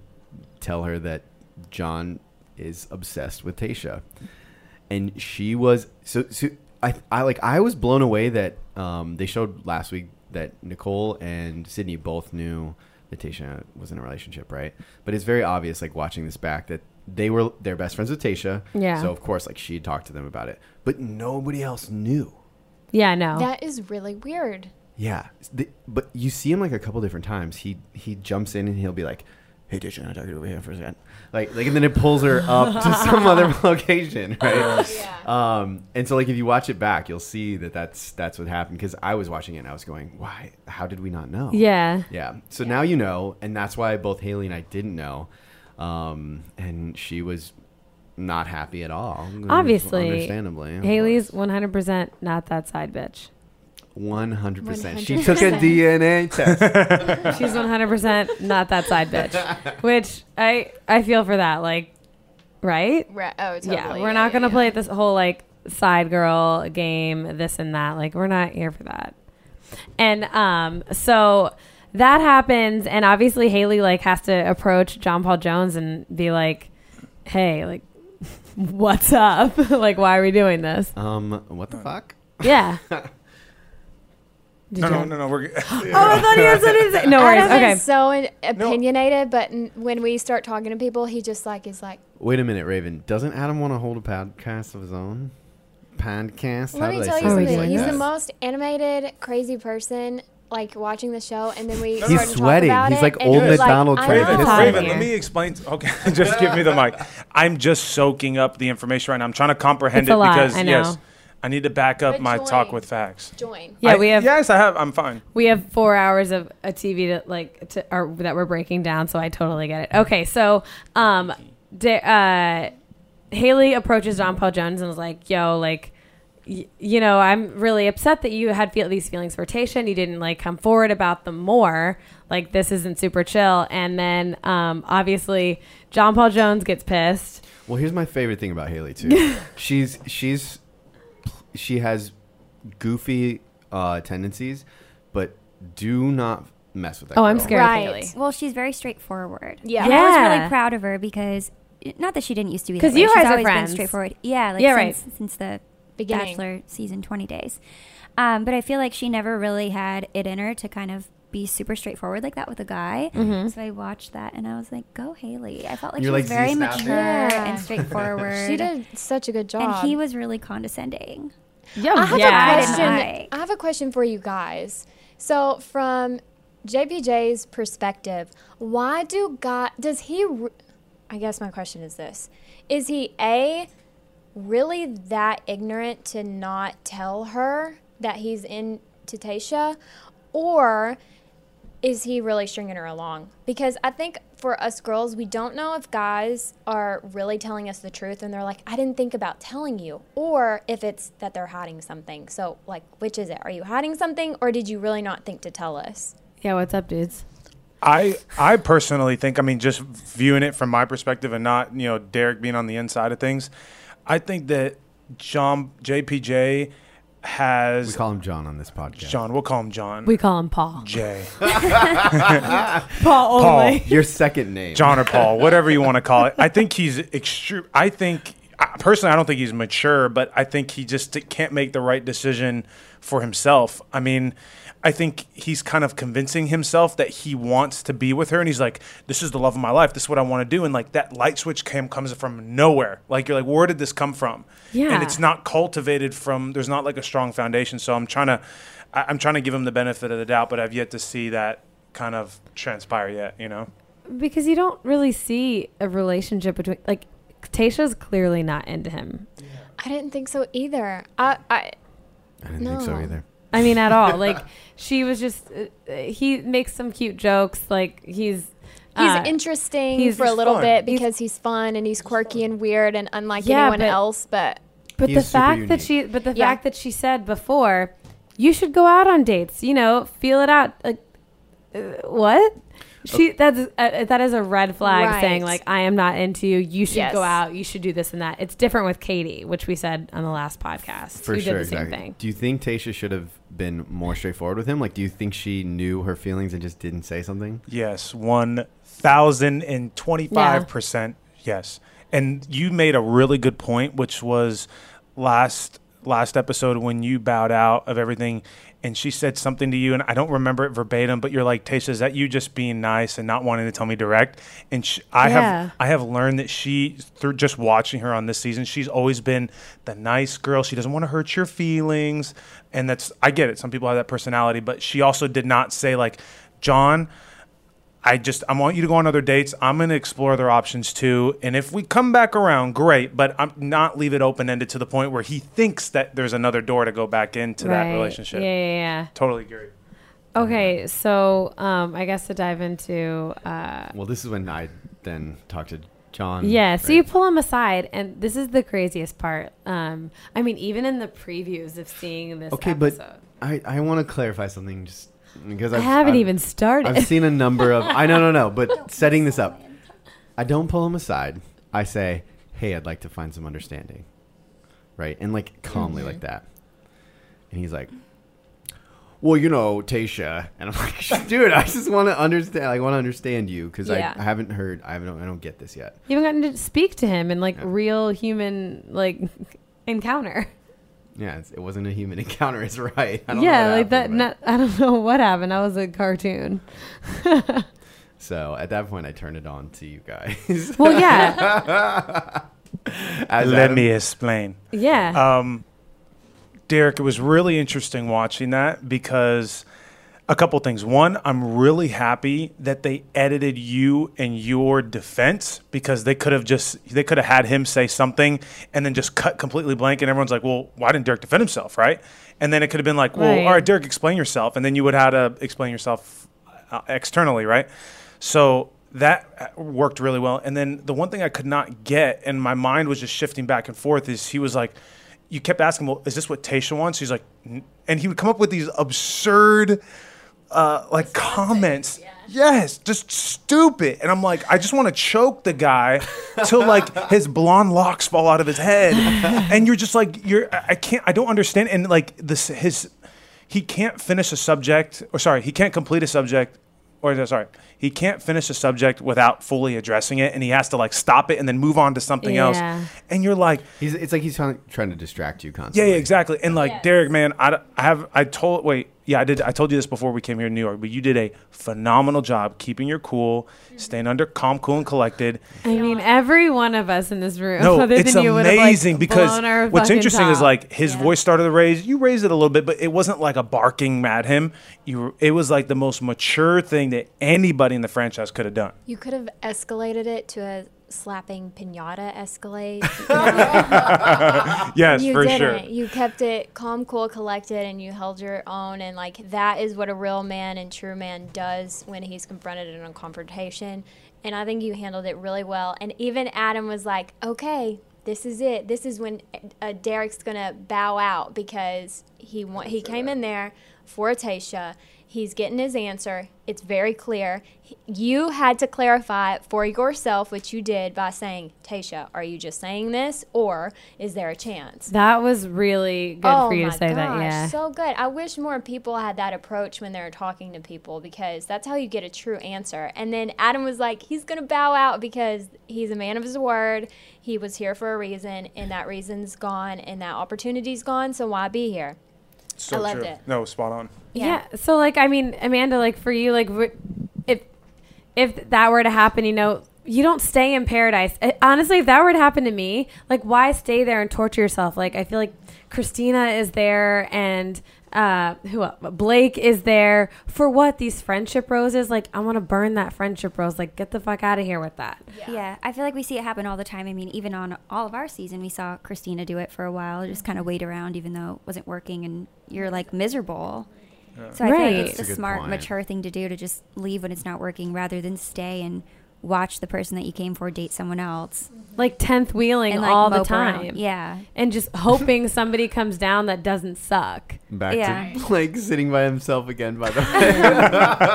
S1: tell her that John is obsessed with Tasha, and she was so. so I, I like I was blown away that um, they showed last week that Nicole and Sydney both knew that Tasha was in a relationship, right? But it's very obvious, like watching this back, that they were they're best friends with Tasha.
S2: Yeah.
S1: So of course, like she talked to them about it, but nobody else knew.
S2: (laughs) yeah, no.
S7: That is really weird.
S1: Yeah, s- the, but you see him like a couple different times. He he jumps in and he'll be like, "Hey, Tisha, can I talk to you over here for a second? Like like, and then it pulls her up
S2: (laughs)
S1: to some other (laughs) location, right? Um, and so like if you watch it back, you'll see that that's that's what happened. Because I was watching it and I was going, "Why? How did we not know?
S2: yeah.
S1: yeah. So now you know, and that's why both Haley and I didn't know. Um, and she was not happy at all.
S2: Obviously.
S1: understandably, of
S2: Haley's 100% not that side bitch.
S1: one hundred percent. She took a DNA test.
S2: She's 100% not that side bitch, which I I feel for that. Like, right?
S7: Right. Oh, totally.
S2: yeah, we're not gonna play this whole like side girl game, this and that. Like, we're not here for that. And um, so that happens, and obviously Haley like has to approach John Paul Jones and be like, "Hey, like, (laughs) what's up? (laughs) like, why are we doing this?"
S1: Um, what the fuck?
S2: (laughs) Yeah. Did
S5: No,
S2: you-
S5: no, no, no. We're
S2: (gasps)
S5: g- (laughs)
S2: Oh, I thought you had something to say. No worries.
S7: Adam
S2: Okay.
S7: is so in- opinionated, but n- when we start talking to people, he just like is like,
S1: Wait a minute, Raven. Doesn't Adam want to hold a podcast of his own? Podcast?
S7: "Let me tell you
S2: Oh, he
S7: something.
S2: does.
S7: He's
S2: Like
S7: the
S1: that?
S7: most animated, crazy person." Like watching the show, and then we
S1: He's
S7: started
S1: sweating.
S7: talking about
S1: He's
S7: it,
S1: like
S7: and
S1: old
S7: he was
S1: McDonald
S7: like, I
S1: Trump.
S7: know.
S2: It's
S5: Raven,
S2: hard
S5: Raven,
S2: here.
S5: let me explain. Okay, (laughs) just give me the mic. I'm just soaking up the information right now. I'm trying to
S2: It's
S5: comprehend it
S2: a lot,
S5: because
S2: I
S5: yes,
S2: know.
S5: I need to back up
S7: But
S5: my
S7: join.
S5: talk with facts.
S7: Join.
S2: Yeah,
S5: I-
S2: we have
S5: Yes, I have. I'm fine.
S2: We have four hours of a TV to like to or that we're breaking down, so I totally get it. Okay, so um, da- uh, Haley approaches John Paul Jones and is like, "Yo, like, y- you know, I'm really upset that you had feel- these feelings for Tayshia and you didn't like come forward about them more. Like, this isn't super chill. And then um, obviously, John Paul Jones gets pissed.
S1: Well, here's my favorite thing about Haley too. she's she's she has goofy uh, tendencies, but do not mess with that.
S2: Oh, I'm
S1: girl.
S2: scared
S7: Right.
S2: of Haley.
S6: Well, she's very straightforward.
S7: Yeah.
S6: And I was
S2: Yeah.
S6: really proud of her because eh, not that she didn't used to be.
S2: 'Cause
S6: that way.
S2: you
S6: She's
S2: guys are
S6: always
S2: friends.
S6: Been straightforward. Yeah. Like
S2: Yeah,
S6: since, Since the
S7: Beginning.
S6: Bachelor season 20 days. Um, but I feel like she never really had it in her to kind of be super straightforward like that with a guy.
S2: Mm-hmm.
S6: So I watched that and I was like, go Haley. I felt like
S1: You're
S6: she
S1: like,
S6: was very
S1: "Zee, stop it."
S6: mature
S2: (laughs)
S7: Yeah.
S6: and straightforward.
S7: She did such a good job.
S6: And he was really condescending.
S7: I have
S2: Yeah.
S7: a
S6: Oh, I
S7: question.
S6: didn't like.
S7: I have a question for you guys. So, from JPJ's perspective, why do God does he? re- I guess my question is this: Is he a really that ignorant to not tell her that he's in to Tasha, or is he really stringing her along? Because I think for us girls, we don't know if guys are really telling us the truth and they're like, I didn't think about telling you, or if it's that they're hiding something. So, like, which is it? Are you hiding something, or did you really not think to tell us?
S2: Yeah, what's up, dudes?
S5: I I personally think I mean just viewing it from my perspective and not you know Derek being on the inside of things, I think that John JPJ
S1: We
S5: has
S1: call him John on this podcast.
S5: John. We'll call him John.
S2: We call him Paul.
S5: J.
S2: Paul
S5: Paul.
S2: only.
S1: your second name.
S5: John or (laughs) Paul, whatever you want to call it. I think he's extreme. I think I- personally, I don't think he's mature, but I think he just can't make the right decision for himself. I mean, I think he's kind of convincing himself that he wants to be with her, and he's like, "This is the love of my life. This is what I want to do." And like that light switch cam comes from nowhere. Like you're like, "Where did this come from?"
S2: Yeah.
S5: and it's not cultivated from. There's not like a strong foundation. So I'm trying to, I- I'm trying to give him the benefit of the doubt, but I've yet to see that kind of transpire yet. You know.
S2: Because you don't really see a relationship between, like, Tasha's clearly not into him.
S7: I didn't think so either. I, I
S1: I didn't think so
S7: No.
S1: either.
S2: I mean, at
S1: (laughs)
S2: all. Like, she was just, uh, uh, he makes some cute jokes. Like, he's.
S7: he's
S2: uh,
S7: interesting
S2: he's-
S7: for a
S2: he's
S7: little
S5: fun.
S7: bit because he's, fun and he's quirky and weird and unlike
S2: Yeah,
S7: anyone
S2: but-
S7: else. But
S2: But
S1: He
S2: the
S1: is super
S2: fact that she,
S1: unique.
S2: but the
S7: Yeah.
S2: fact that she said before, you should go out on dates. You know, feel it out. Like, uh, what?
S1: Oh.
S2: She that's uh, that is a red flag
S7: Right.
S2: saying like I am not into you. You should
S7: Yes.
S2: go out. You should do this and that. It's different with Katie, which we said on the last podcast.
S1: For
S2: we
S1: sure,
S2: did the same
S1: exactly.
S2: thing.
S1: Do you think Tasha should have been more straightforward with him? Like, do you think she knew her feelings and just didn't say something?
S5: Yes, one thousand and twenty-five percent. Yes, and you made a really good point, which was last last episode when you bowed out of everything, and she said something to you, and I don't remember it verbatim, but you're like, Tasha, is that you just being nice and not wanting to tell me direct? And sh I
S2: Yeah.
S5: have I have learned that she through just watching her on this season, she's always been the nice girl. She doesn't want to hurt your feelings, and that's I get it. Some people have that personality, but she also did not say like. John, I just I want you to go on other dates. I'm going to explore other options too. And if we come back around, great. But I'm not leave it open ended to the point where he thinks that there's another door to go back into that
S2: Right.
S5: relationship. Mm-hmm.
S2: Yeah, yeah,
S5: Totally agree.
S2: yeah. Okay, so um, I guess to dive into uh,
S1: Well, this is when I then talked to
S5: Mm-hmm.
S1: John.
S2: Yeah, so
S1: right?
S2: you pull him aside, and this is the craziest part. Um, I mean, even in the previews of seeing this
S1: okay,
S2: episode,
S1: but I I want to clarify something just because
S2: I
S1: I've,
S2: haven't
S1: I've-
S2: even started.
S1: I've seen a number of I no no no, but setting this up, I don't pull him aside. I say, "Hey, I'd like to find some understanding," right, and like calmly like that, and he's like. Well, you know, Tasha, and I'm (laughs) like, dude, I just want to understand. I want to understand you because
S7: Yeah.
S1: I, I haven't heard. I don't. I don't get this yet.
S2: (laughs) you haven't gotten to speak to him in like real human like (laughs) encounter.
S1: Yeah, it's, it wasn't a human (laughs) encounter. It's right. I don't
S2: Yeah,
S1: know what
S2: like that.
S1: happened, but-
S2: Not, I don't know what happened. I was a cartoon.
S1: So at that point, I turned it on to you guys. (laughs)
S2: (laughs) Well, yeah,
S1: As
S5: Let
S1: Adam-
S5: me explain.
S2: yeah.
S5: Um, Derek, it was really interesting watching that because a couple things. One, I'm really happy that they edited you and your defense because they could have just they could have had him say something and then just cut completely blank and everyone's like, well, why didn't Derek defend himself, right? And then it could have been like, well,
S2: Right.
S5: all right, Derek, explain yourself, and then you would have had to explain yourself uh, externally, right? So that uh, worked really well. And then the one thing I could not get, and my mind was just shifting back and forth, is he was like, you kept asking, well, is this what Tasha wants? She's like, "N-" and he would come up with these absurd, uh, like comments. Yes, just stupid. And I'm like, I just want to choke the guy till like his blonde locks fall out of his head. and you're just like, you're, I I can't, I don't understand. And like this, his, he can't finish a subject, or sorry, he can't complete a subject, or no, sorry, he can't finish a subject without fully addressing it, and he has to like stop it and then move on to something
S2: Yeah.
S5: else. And you're like,
S1: He's, it's like he's trying, trying to distract you constantly.
S5: yeah, yeah, exactly. And like Derek, man, I, d- I have I told wait, yeah, I did. I told you this before we came here in New York, but you did a phenomenal job keeping your cool, staying under calm, cool, and collected.
S2: I mean, every one of us in this room,
S5: No,
S2: (laughs) other
S5: it's
S2: than you, would have
S5: amazing
S2: like, blown our
S5: because what's
S2: fucking
S5: interesting is
S2: top.
S5: like his voice started to raise. You raised it a little bit, but it wasn't like a barking mad him. You were, it was like the most mature thing that anybody in the franchise could have done.
S7: You could have escalated it to a slapping pinata escalade. (laughs)
S5: Yes,
S7: you
S5: for
S7: didn't.
S5: sure.
S7: You kept it calm, cool, collected, and you held your own. And like that is what a real man and true man does when he's confronted in a confrontation. And I think you handled it really well. And even Adam was like, "Okay, this is it. This is when uh, Derek's gonna bow out because he wa- he came in there for Tasha. He's getting his answer. It's very clear. He- You had to clarify it for yourself, which you did by saying, Tasha, are you just saying this or is there a chance?
S2: that was really good
S7: oh
S2: for you
S7: my
S2: to say
S7: gosh,
S2: that. Yeah.
S7: so good. I wish more people had that approach when they're talking to people because that's how you get a true answer. And then Adam was like, he's going to bow out because he's a man of his word. He was here for a reason, and that reason's gone, and that opportunity's gone. So why be here?
S5: So
S7: I loved it.
S5: No, spot on.
S2: yeah. So like, I mean, Amanda, like for you, like wh- if if that were to happen, you know, you don't stay in paradise. Uh, Honestly, if that were to happen to me, like why stay there and torture yourself? Like I feel like Christina is there and uh who el- Blake is there for what? These friendship roses? Like I want to burn that friendship rose. Like get the fuck out of here with that.
S6: Yeah. I feel like we see it happen all the time. I mean, even on all of our season, we saw Christina do it for a while, just kind of wait around, even though it wasn't working, and you're like miserable. So I feel
S2: Right.
S6: like it's
S1: That's a
S6: the
S1: good
S6: smart,
S1: point.
S6: mature thing to do to just leave when it's not working, rather than stay and watch the person that you came for date someone else
S2: Like tenth wheeling
S6: and like
S2: all the
S6: mope around.
S2: time.
S6: Yeah,
S2: And just hoping somebody comes down that doesn't suck.
S1: Back
S6: Yeah.
S1: (laughs) to Blake sitting by himself again, by the way.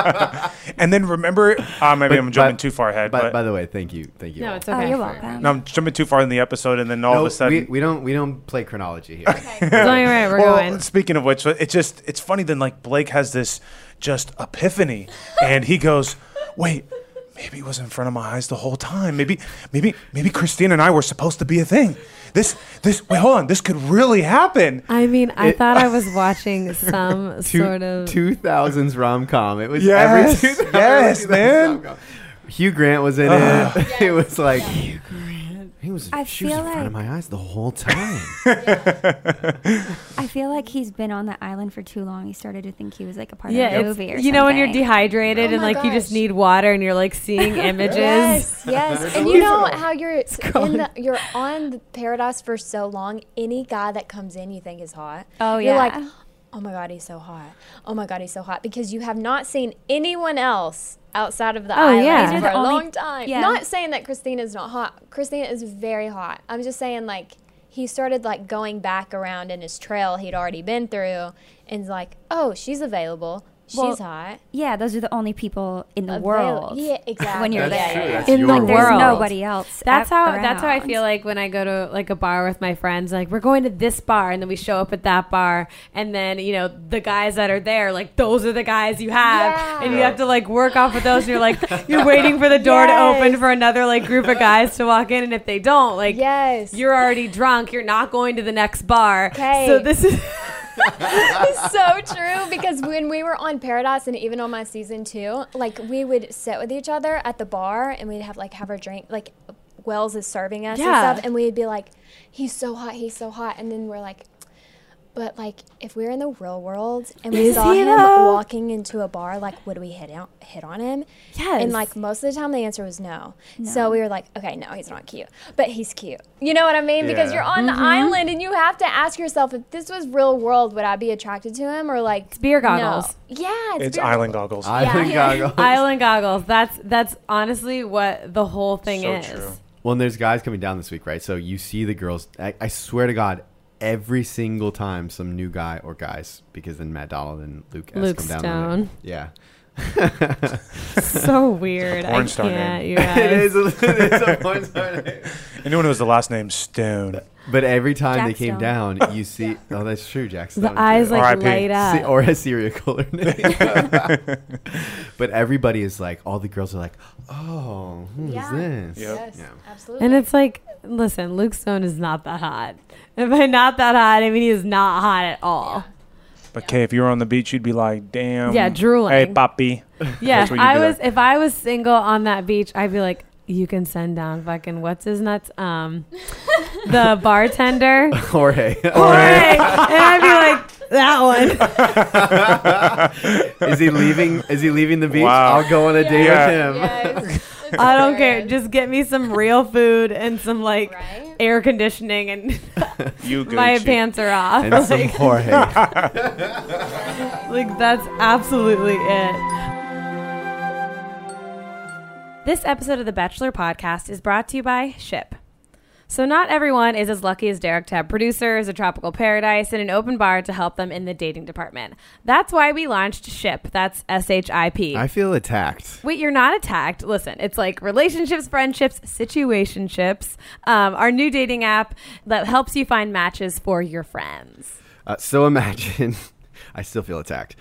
S5: And then remember, uh, maybe I'm jumping too far ahead,
S1: By,
S5: but,
S1: by the way, thank you. Thank you.
S2: No,
S1: all.
S2: it's
S6: oh,
S2: okay.
S6: you're welcome.
S5: no, I'm jumping too far in the episode, and then all
S1: No,
S5: of a sudden,
S1: we, we don't we don't play chronology here.
S2: It's only right. We're
S5: well,
S2: going.
S5: speaking of which, it just it's funny then like Blake has this just epiphany and he goes, "Wait, maybe it was in front of my eyes the whole time. Maybe maybe maybe Christine and I were supposed to be a thing. This this wait, hold on. This could really happen."
S2: I mean, I thought I was watching
S1: (laughs)
S2: some
S1: Two,
S2: sort of.
S1: 2000s rom com. It was
S5: Yes,
S1: every 2000s
S5: yes, man. Uh-huh.
S1: rom-com. Hugh Grant was in (laughs) it. it was like Hugh Grant. He was.
S6: I
S1: she was
S6: feel
S1: in front of
S6: like-
S1: my eyes the whole time.
S6: I feel like he's been on that island for too long. He started to think he was like a part
S2: yeah,
S6: of the
S2: it's,
S6: movie. Or
S2: you know when you're
S6: something.
S2: dehydrated
S7: Oh
S2: and
S7: my
S2: like you just
S7: gosh.
S2: need water and you're like seeing images.
S7: Yes, yes. and you know how you're in the, you're on the Paradise for so long. Any guy that comes in, you think is hot.
S6: Oh,
S7: you're
S6: yeah.
S7: like, oh my god, he's so hot. Oh my god, he's so hot because you have not seen anyone else outside of the
S2: Oh,
S7: island
S2: yeah. These are
S7: for
S6: the
S7: a
S6: only-
S7: long time.
S6: yeah.
S7: Not saying that Christina's not hot. Christina is very hot. I'm just saying like he started like going back around in his trail he'd already been through, and is like, oh, she's available. She's
S6: Well,
S7: hot.
S6: Yeah, those are the only people in the
S7: Avail-
S6: world.
S7: Yeah, exactly.
S6: When you're
S1: That's
S6: there,
S1: true. That's
S2: In
S1: your
S2: the
S1: world.
S6: there's
S2: world.
S6: nobody else.
S2: That's
S6: a-
S2: how. That's how I
S6: around.
S2: feel like when I go to like a bar with my friends. Like we're going to this bar, and then we show up at that bar, and then you know the guys that are there, like those are the guys you have,
S7: Yeah.
S2: and you have to like work off of those. And you're
S7: (laughs)
S2: like you're waiting for the door to open
S7: Yes.
S2: for another like group of guys to walk in, and if they don't, like
S7: Yes.
S2: you're already drunk. You're not going to the next bar.
S7: Okay.
S2: So this is. (laughs)
S7: It's (laughs) so true because when we were on Paradise and even on my season two, like we would sit with each other at the bar and we'd have like have our drink. Like Wells is serving us
S2: Yeah.
S7: and stuff, and we'd be like, "He's so hot, he's so hot," and then we're like. But like, if we're in the real world and we
S2: Is
S7: saw
S2: he
S7: him
S2: though?
S7: walking into a bar, like, would we hit out, hit on him?
S2: Yes.
S7: And like, most of the time, the answer was no. So we were like, okay, no, he's not cute, but he's cute. You know what I mean? Because
S5: Yeah.
S7: you're on
S2: Mm-hmm.
S7: the island and you have to ask yourself if this was real world, would I be attracted to him or like it's
S2: beer goggles.
S7: Yeah, it's,
S5: It's
S7: beer
S5: island goggles.
S1: I think I go-
S2: (laughs) Island goggles. That's that's honestly what the whole thing
S5: So
S2: is.
S5: true.
S1: Well, and there's guys coming down this week, right? So you see the girls. I, I swear to God, every single time some new guy or guys because then Matt Doll and Luke S
S2: Luke
S1: come down.
S2: Stone.
S1: the line.
S2: (laughs)
S1: Yeah. (laughs)
S2: so weird. I
S5: porn star
S2: can't.
S5: (laughs) name.
S2: You guys.
S1: it is a, it (laughs) is a porn star name.
S5: Anyone who knows the last name Stone.
S1: But every time
S6: Jack
S1: they came
S6: Stone.
S1: down, you see. Oh, that's true, Jackson.
S2: The eyes like
S5: R.I.P.
S2: light
S1: Se-
S2: up.
S1: or a serial killer name.
S2: (laughs)
S1: (laughs) but everybody is like, all the girls are like, oh, who's
S7: Yeah.
S1: this?
S5: Yep.
S7: Yes,
S1: Yeah.
S7: absolutely.
S2: And it's like, listen, Luke Stone is not that hot. And by not that hot, I mean he is not hot at all.
S5: But Kay, if you were on the beach, you'd be like, "Damn,
S2: Yeah, drooling.
S5: Hey, Poppy.
S2: Yeah, if
S5: That's what you
S2: I
S5: do
S2: was
S5: there.
S2: if I was single on that beach, I'd be like, you can send down fucking what's his nuts, um,
S5: (laughs)
S2: the bartender,
S1: (laughs) Jorge. (laughs)
S2: Jorge. and I'd be like that
S5: (laughs)
S2: one.
S1: is he leaving? Is he leaving the beach?
S5: Wow.
S1: I'll go on a date
S5: Yeah.
S1: with him.
S7: Yes. It's
S2: I don't care.
S7: hilarious.
S2: Just get me some real food and some like
S7: Right?
S2: air conditioning, and
S5: You
S2: (laughs)
S5: Gucci.
S2: my pants are off.
S1: And
S2: (laughs)
S1: some Jorge.
S2: Like, that's absolutely it. This episode of the Bachelor Podcast is brought to you by Ship. So, not everyone is as lucky as Derek to have producers, a tropical paradise, and an open bar to help them in the dating department. That's why we launched Ship. That's S H I
S1: (laughs)
S2: P.
S1: I feel attacked.
S2: Wait, you're not attacked. Listen, it's like relationships, friendships, situationships. Um, our new dating app that helps you find matches for your friends.
S1: Uh, so imagine, (laughs) I still feel attacked.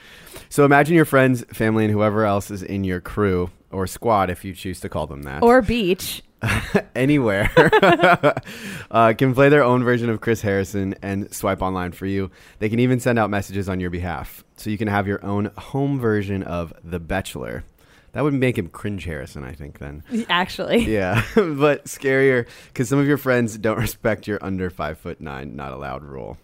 S1: So imagine your friends, family, and whoever else is in your crew or squad, if you choose to call them that,
S2: Or beach.
S1: (laughs) anywhere, (laughs) uh, can play their own version of Chris Harrison and swipe online for you. They can even send out messages on your behalf, so you can have your own home version of The Bachelor. That would make him cringe Harrison, I think. Then
S2: Actually.
S1: Yeah, (laughs) but scarier because some of your friends don't (laughs) respect your under five foot nine not allowed rule.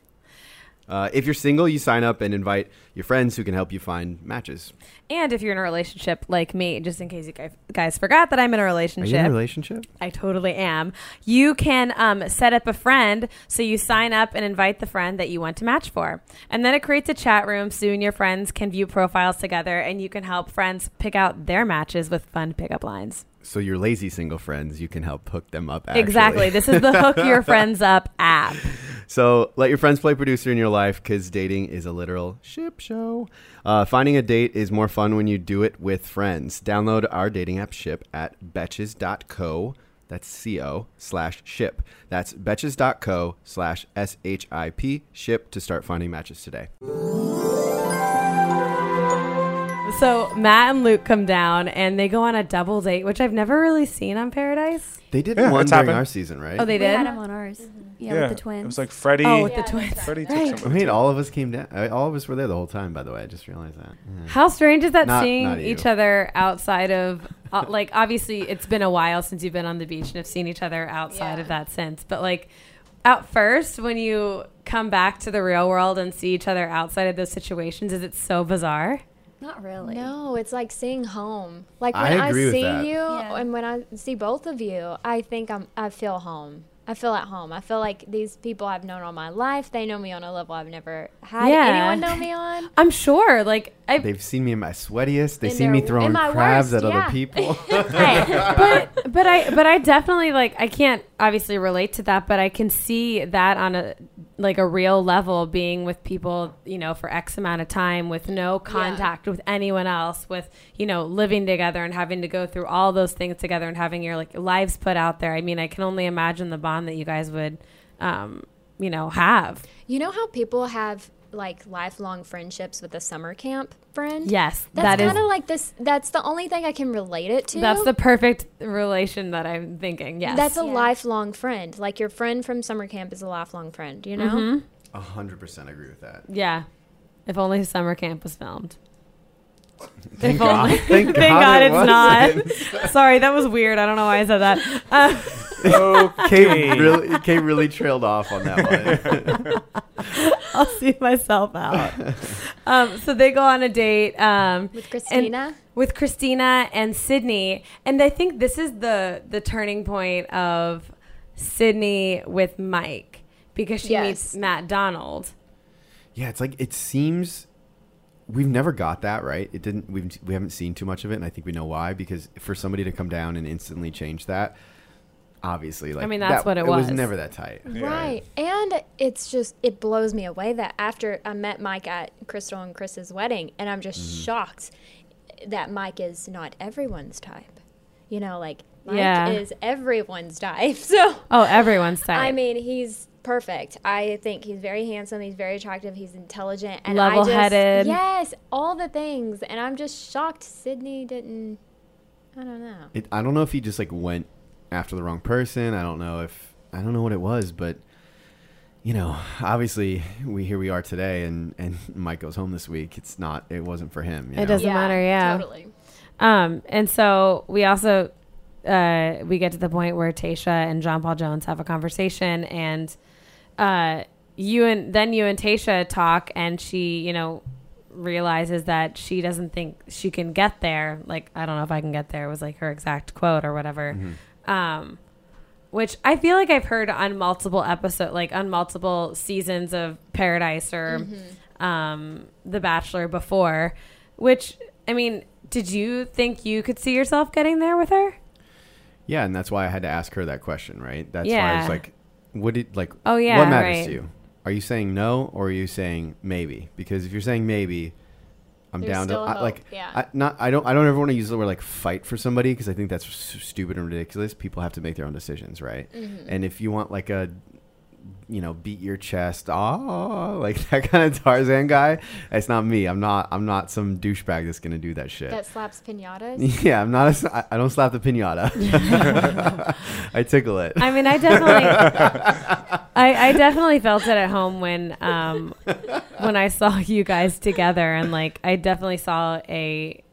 S1: Uh, if you're single, you sign up and invite your friends who can help you find matches.
S2: And if you're in a relationship like me, just in case you guys, guys forgot that I'm in a
S1: Are
S2: relationship,
S1: you in a relationship?
S2: I totally am. You can um, set up a friend. So you sign up and invite the friend that you want to match for. And then it creates a chat room. Soon your friends can view profiles together and you can help friends pick out their matches with fun pickup lines.
S1: So your lazy single friends, you can help hook them up. Actually.
S2: Exactly. This is the Hook Your Friends Up app.
S1: So let your friends play producer in your life because dating is a literal ship show. Uh, finding a date is more fun when you do it with friends. Download our dating app ship at betches.co. That's co slash ship. That's betches.co slash s h i p ship to start finding matches today.
S2: So Matt and Luke come down and they go on a double date, which I've never really seen on Paradise.
S1: They did
S5: Yeah,
S1: one
S5: it's
S1: during
S5: happened.
S1: our season, right?
S2: Oh, they
S6: We had
S2: did?
S6: him on ours. Yeah,
S5: Yeah,
S6: with the twins.
S5: It was like Freddie.
S2: Oh, with the
S7: Yeah,
S2: twins.
S7: that's
S5: Freddie took
S1: I
S5: somebody.
S1: mean, all of us came down. I- All of us were there the whole time, by the way. I just realized that. Yeah.
S2: How strange is that
S1: Not-
S2: seeing
S1: not you.
S2: each other outside of uh, (laughs) like obviously it's been a while since you've been on the beach and have seen each other outside
S7: Yeah.
S2: of that since. But like at first when you come back to the real world and see each other outside of those situations, is it so bizarre?
S6: Not really.
S7: (laughs) No, it's like seeing home. Like
S1: I
S7: when I,
S1: agree with
S7: see
S1: that.
S7: you
S6: Yeah.
S7: and when I see both of you, I think I'm I feel home. I feel at home. I feel like these people I've known all my life, they know me on a level I've never had
S2: Yeah.
S7: anyone know me on.
S2: I'm sure. Like I
S1: They've seen me in my sweatiest. They
S7: In
S1: see
S7: their-
S1: me
S7: in
S1: throwing
S7: my
S1: crabs
S7: worst,
S1: at
S7: yeah.
S1: other
S7: (laughs)
S1: people.
S2: but but I but I definitely like I can't obviously relate to that, but I can see that on a like a real level being with people, you know, for X amount of time with no contact with anyone else, with, you know, living together and having to go through all those things together and having your like lives put out there. I mean, I can only imagine the bond that you guys would um, you know, have.
S7: You know how people have like lifelong friendships with a summer camp friend?
S2: Yes.
S7: That's
S2: that is
S7: kind of like this. That's the only thing I can relate it to.
S2: that's the perfect relation that I'm thinking. Yes.
S7: That's a
S6: Yeah.
S7: lifelong friend. Like your friend from summer camp is a lifelong friend, you know?
S2: Mm-hmm.
S1: A hundred percent agree with that.
S2: Yeah. If only summer camp was filmed.
S1: Thank
S2: if
S1: God.
S2: (laughs) only.
S1: Thank
S2: Thank,
S1: God
S2: God,
S1: it
S2: it's not. Sorry, that was weird. I don't know why I said that. Uh,
S1: (laughs)
S8: (laughs)
S1: Kate really, Kate really trailed off on that one.
S2: Um, (laughs) I'll see myself out. Um, so they go on a date um,
S7: With Christina?
S2: with Christina and Sydney, and I think this is the the turning point of Sydney with Mike because she
S7: Yes.
S2: meets Matt Donald.
S1: (laughs) yeah, it's like it seems we've never got that right. It didn't. We've we haven't seen too much of it, and I think we know why. Because for somebody to come down and instantly change that, obviously. Like
S2: mean, that's
S1: that-
S2: what it
S1: It was
S2: was.
S1: never that tight.
S7: Right. And it's just, it blows me away that after I met Mike at Crystal and Chris's wedding, and I'm just shocked that Mike is not everyone's type. You know, like, Mike
S2: Yeah.
S7: is everyone's type. (laughs) So,
S2: Oh, everyone's type.
S7: I mean, he's perfect. I think he's very handsome. He's very attractive. He's intelligent and I just-
S2: Level-headed.
S7: Yes, all the things. And I'm just shocked Sydney didn't. I don't know.
S1: It, I don't know if he just like went after the wrong person. I don't know if I don't know what it was, but you know, obviously we here we are today, and and Mike goes home this week. It's not. It wasn't for him. You
S2: It
S1: know?
S2: doesn't matter, yeah.
S7: totally.
S2: Um, and so we also uh, we get to the point where Tasha and John Paul Jones have a conversation, and uh, you and then you and Tasha talk, and she, you know, realizes that she doesn't think she can get there. Like, I don't know if I can get there was like her exact quote or whatever. Um, which I feel like I've heard on multiple episode, like on multiple seasons of Paradise or um, The Bachelor before. Which I mean, did you think you could see yourself getting there with her?
S1: Yeah, and that's why I had to ask her that question, right? That's why I
S2: Yeah.
S1: was like, "What did like?
S2: Oh, yeah,
S1: what matters
S2: right.
S1: to you? Are you saying no or are you saying maybe? Because if you're saying maybe, I'm
S7: There's
S1: down to
S7: still
S1: I,
S7: hope,
S1: like,
S7: yeah.
S1: I, not I don't I don't ever want to use the word like fight for somebody because I think that's s- stupid and ridiculous. People have to make their own decisions, right?
S7: Mm-hmm.
S1: And if you want like a you know, beat your chest, ah, like (laughs) that kind of Tarzan guy. It's not me. I'm not. I'm not some douchebag that's gonna do that shit.
S7: That slaps
S1: (laughs)
S7: pinatas.
S1: Yeah, I'm not. A, s- I am not I do not slap the pinata. (laughs) I tickle it.
S2: I
S5: (laughs)
S2: mean, I definitely, I, I definitely felt it at home when, um, when I saw you guys together, and like, I definitely saw a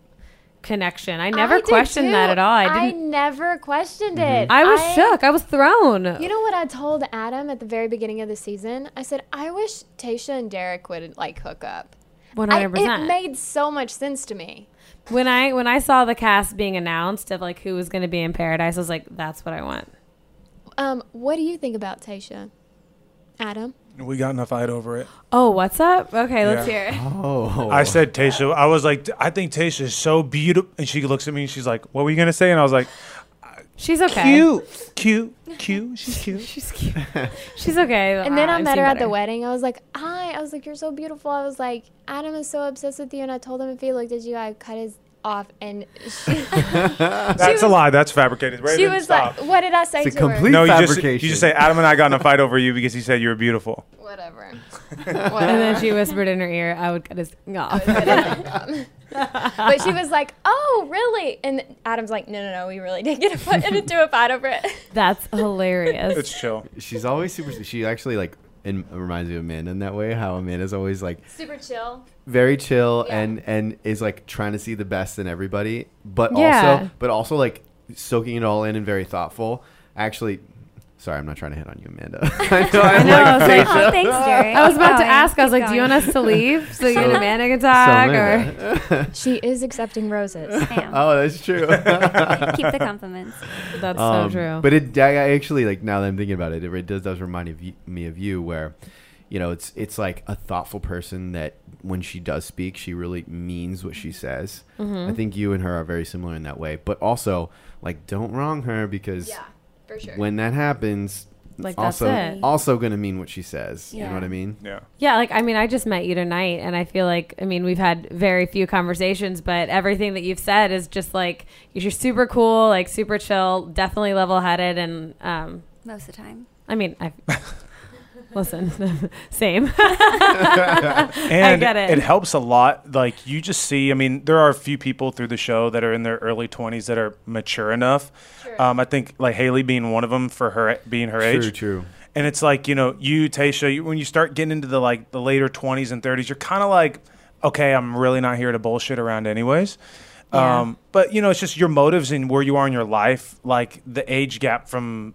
S2: connection. I never
S7: I did
S2: questioned that
S7: too.
S2: at all. I didn't. Mm-hmm.
S7: never questioned it.
S2: I, was shook. I was thrown.
S7: You know what I told Adam at the very beginning of the season? I said I wish Tasha and Derek would like hook up.
S2: One
S7: I,
S2: hundred
S7: it
S2: percent.
S7: made so much sense to me.
S2: When I when I saw the cast being announced of like who was going to be in Paradise, I was like, that's what I want.
S7: Um, what do you think about Tasha, Adam?
S5: We got in a fight over it.
S2: Oh, what's up? Okay, let's
S5: Yeah.
S2: hear it.
S1: Oh,
S5: (laughs) I said Tasha. I was like, I think Tasha is so beautiful. And she looks at me and she's like, What were you gonna say? And I was like,
S2: She's okay.
S5: Cute, cute, cute. She's cute.
S2: She's cute.
S1: (laughs)
S2: She's okay.
S7: And then
S2: Uh,
S7: I
S2: I've
S7: met
S2: seen
S7: her at the
S2: better.
S7: wedding. I was like, "Hi!" I was like, "You're so beautiful." I was like, "Adam is so obsessed with you," and I told him if he looked at you, I cut his off. And (laughs)
S2: (laughs)
S7: she,
S5: That's a lie. That's fabricated. Raven,
S7: she was
S5: stop.
S7: like, "What did I say
S1: It's a
S7: to
S1: complete-
S5: no, you just you
S1: Fabrication.
S5: just say Adam and I got in a fight over you because he said you were beautiful.
S7: her?" Whatever.
S2: (laughs) And
S7: Whatever.
S2: then she whispered in her ear, I would cut his thing (laughs) off.
S7: but she was like, "Oh, really?" And Adam's like, "No, no, no. We really did get a fight, into a fight over it."
S2: (laughs) That's hilarious.
S5: It's chill.
S1: she's always super. She actually like and reminds me of Amanda in that way. How Amanda's always like
S7: (laughs) Super chill.
S1: very chill
S7: Yeah.
S1: and and is like trying to see the best in everybody, but
S2: Yeah.
S1: also but also like soaking it all in and very thoughtful. Actually, sorry, I'm not trying to hit on you, Amanda. (laughs) I know, I'm
S2: know, I was
S1: like, (laughs)
S2: like,
S6: Oh, thanks, Derek.
S2: I was about to
S6: Keep
S2: ask, I was
S6: going.
S2: like, do you want us to leave so you and
S1: So-
S2: Amanda can
S1: "So
S2: talk? Or
S1: Amanda."
S7: She is accepting roses.
S6: (laughs) Damn.
S1: oh, that's true. (laughs)
S6: Keep the compliments.
S2: That's
S1: Um,
S2: so true.
S1: But it I I actually like now that I'm thinking about it, it, re- does does remind of you, me of you, where you know it's it's like a thoughtful person that when she does speak, she really means what she says.
S2: Mm-hmm.
S1: I think you and her are very similar in that way, but also like don't wrong her because
S7: (laughs) for sure.
S1: when that happens.
S2: Like, that's
S1: also,
S2: it.
S1: also gonna mean what she says. You
S6: Yeah.
S1: know what I mean?
S5: Yeah.
S2: yeah, like, I mean, I just met you tonight, and I feel like, I mean, we've had very few conversations, but everything that you've said is just like, you're super cool, like, super chill, definitely level headed, and, um,
S6: Most of
S2: (laughs)
S6: the time.
S2: I mean,
S1: (laughs)
S2: I. Listen, (laughs) same.
S5: and
S2: get it.
S5: it. helps a lot. Like you just see, I mean, there are a few people through the show that are in their early twenties that are mature enough. Um, I think like Haley being one of them for her being her
S1: True,
S5: age.
S1: true.
S5: And it's like you know, you Tasha, you, when you start getting into the like the later twenties and thirties, you're kind of like, okay, I'm really not here to bullshit around, anyways.
S2: Yeah.
S5: Um, but you know, it's just your motives and where you are in your life. Like the age gap from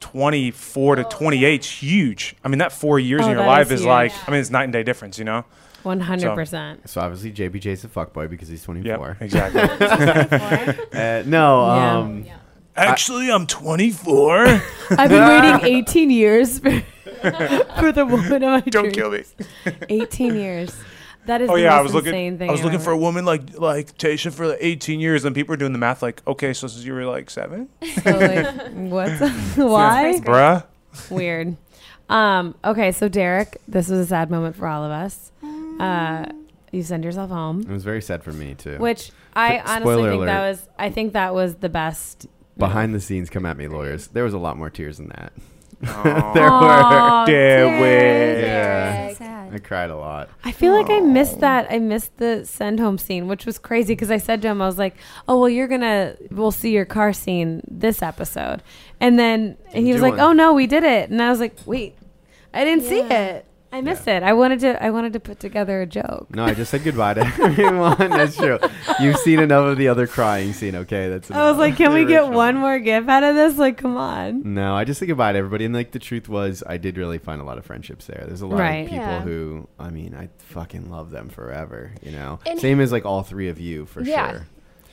S5: 24 to 28 is huge. I mean, that four years
S2: Oh,
S5: in your
S2: that
S5: life
S2: is
S5: is,
S2: huge.
S5: like, I mean, it's night and day difference, you know?
S2: 100%.
S1: So obviously, JBJ's a fuckboy because he's 24.
S5: Yep, exactly.
S1: Uh, no,
S2: Yeah.
S1: um,
S5: Actually,
S2: (laughs)
S5: I'm (laughs) 24.
S2: I've been
S5: (laughs)
S2: waiting 18 years for, for the woman of my dreams.
S5: me.
S2: 18 years. That is
S5: Oh
S2: the
S5: yeah, I
S2: most
S5: was looking.
S2: insane thing
S5: I was
S2: I've
S5: looking
S2: ever-
S5: for a woman like like Tasha for like 18 years, and people are doing the math like, okay, so since you were like seven,
S2: So, like, what's (laughs)
S5: (laughs)
S2: why?
S5: bruh.
S2: Weird. Um, okay, so Derek, this was a sad moment for all of us. Uh, you send yourself home,
S1: It was very sad for me too.
S2: which I
S1: F-
S2: honestly
S1: spoiler
S2: think that
S1: alert.
S2: was. I think that was the best.
S1: Behind the scenes, come at me, lawyers. There was a lot more tears than that.
S5: Aw, (laughs)
S2: Aw,
S5: Derek.
S1: Yeah.
S6: Sad.
S1: I cried a lot.
S2: I feel like I missed that. I missed the send home scene, which was crazy because I said to him, I was like, "Oh well, you're gonna we'll see your car scene this episode," and then he
S1: you
S2: was
S1: do
S2: like,
S1: one.
S2: "Oh no, we did it," and I was like, "Wait, I didn't see
S7: Yeah.
S2: it. I missed it. I wanted to. I wanted to put together a joke."
S1: No, I just said goodbye to (laughs) everyone. That's true. You've seen enough of the other crying scene. Okay, that's. Mm.
S2: I was
S1: enough.
S2: like, "Can
S1: The
S2: we get
S1: original
S2: one more gif out of this? Like, come on."
S1: No, I just said goodbye to everybody. And like the truth was, I did really find a lot of friendships there. There's a lot
S2: Right.
S1: of people
S7: Yeah.
S1: who, I mean, I fucking love them forever. You know,
S7: And-
S1: same as like all three of you for
S7: Yeah.
S1: sure.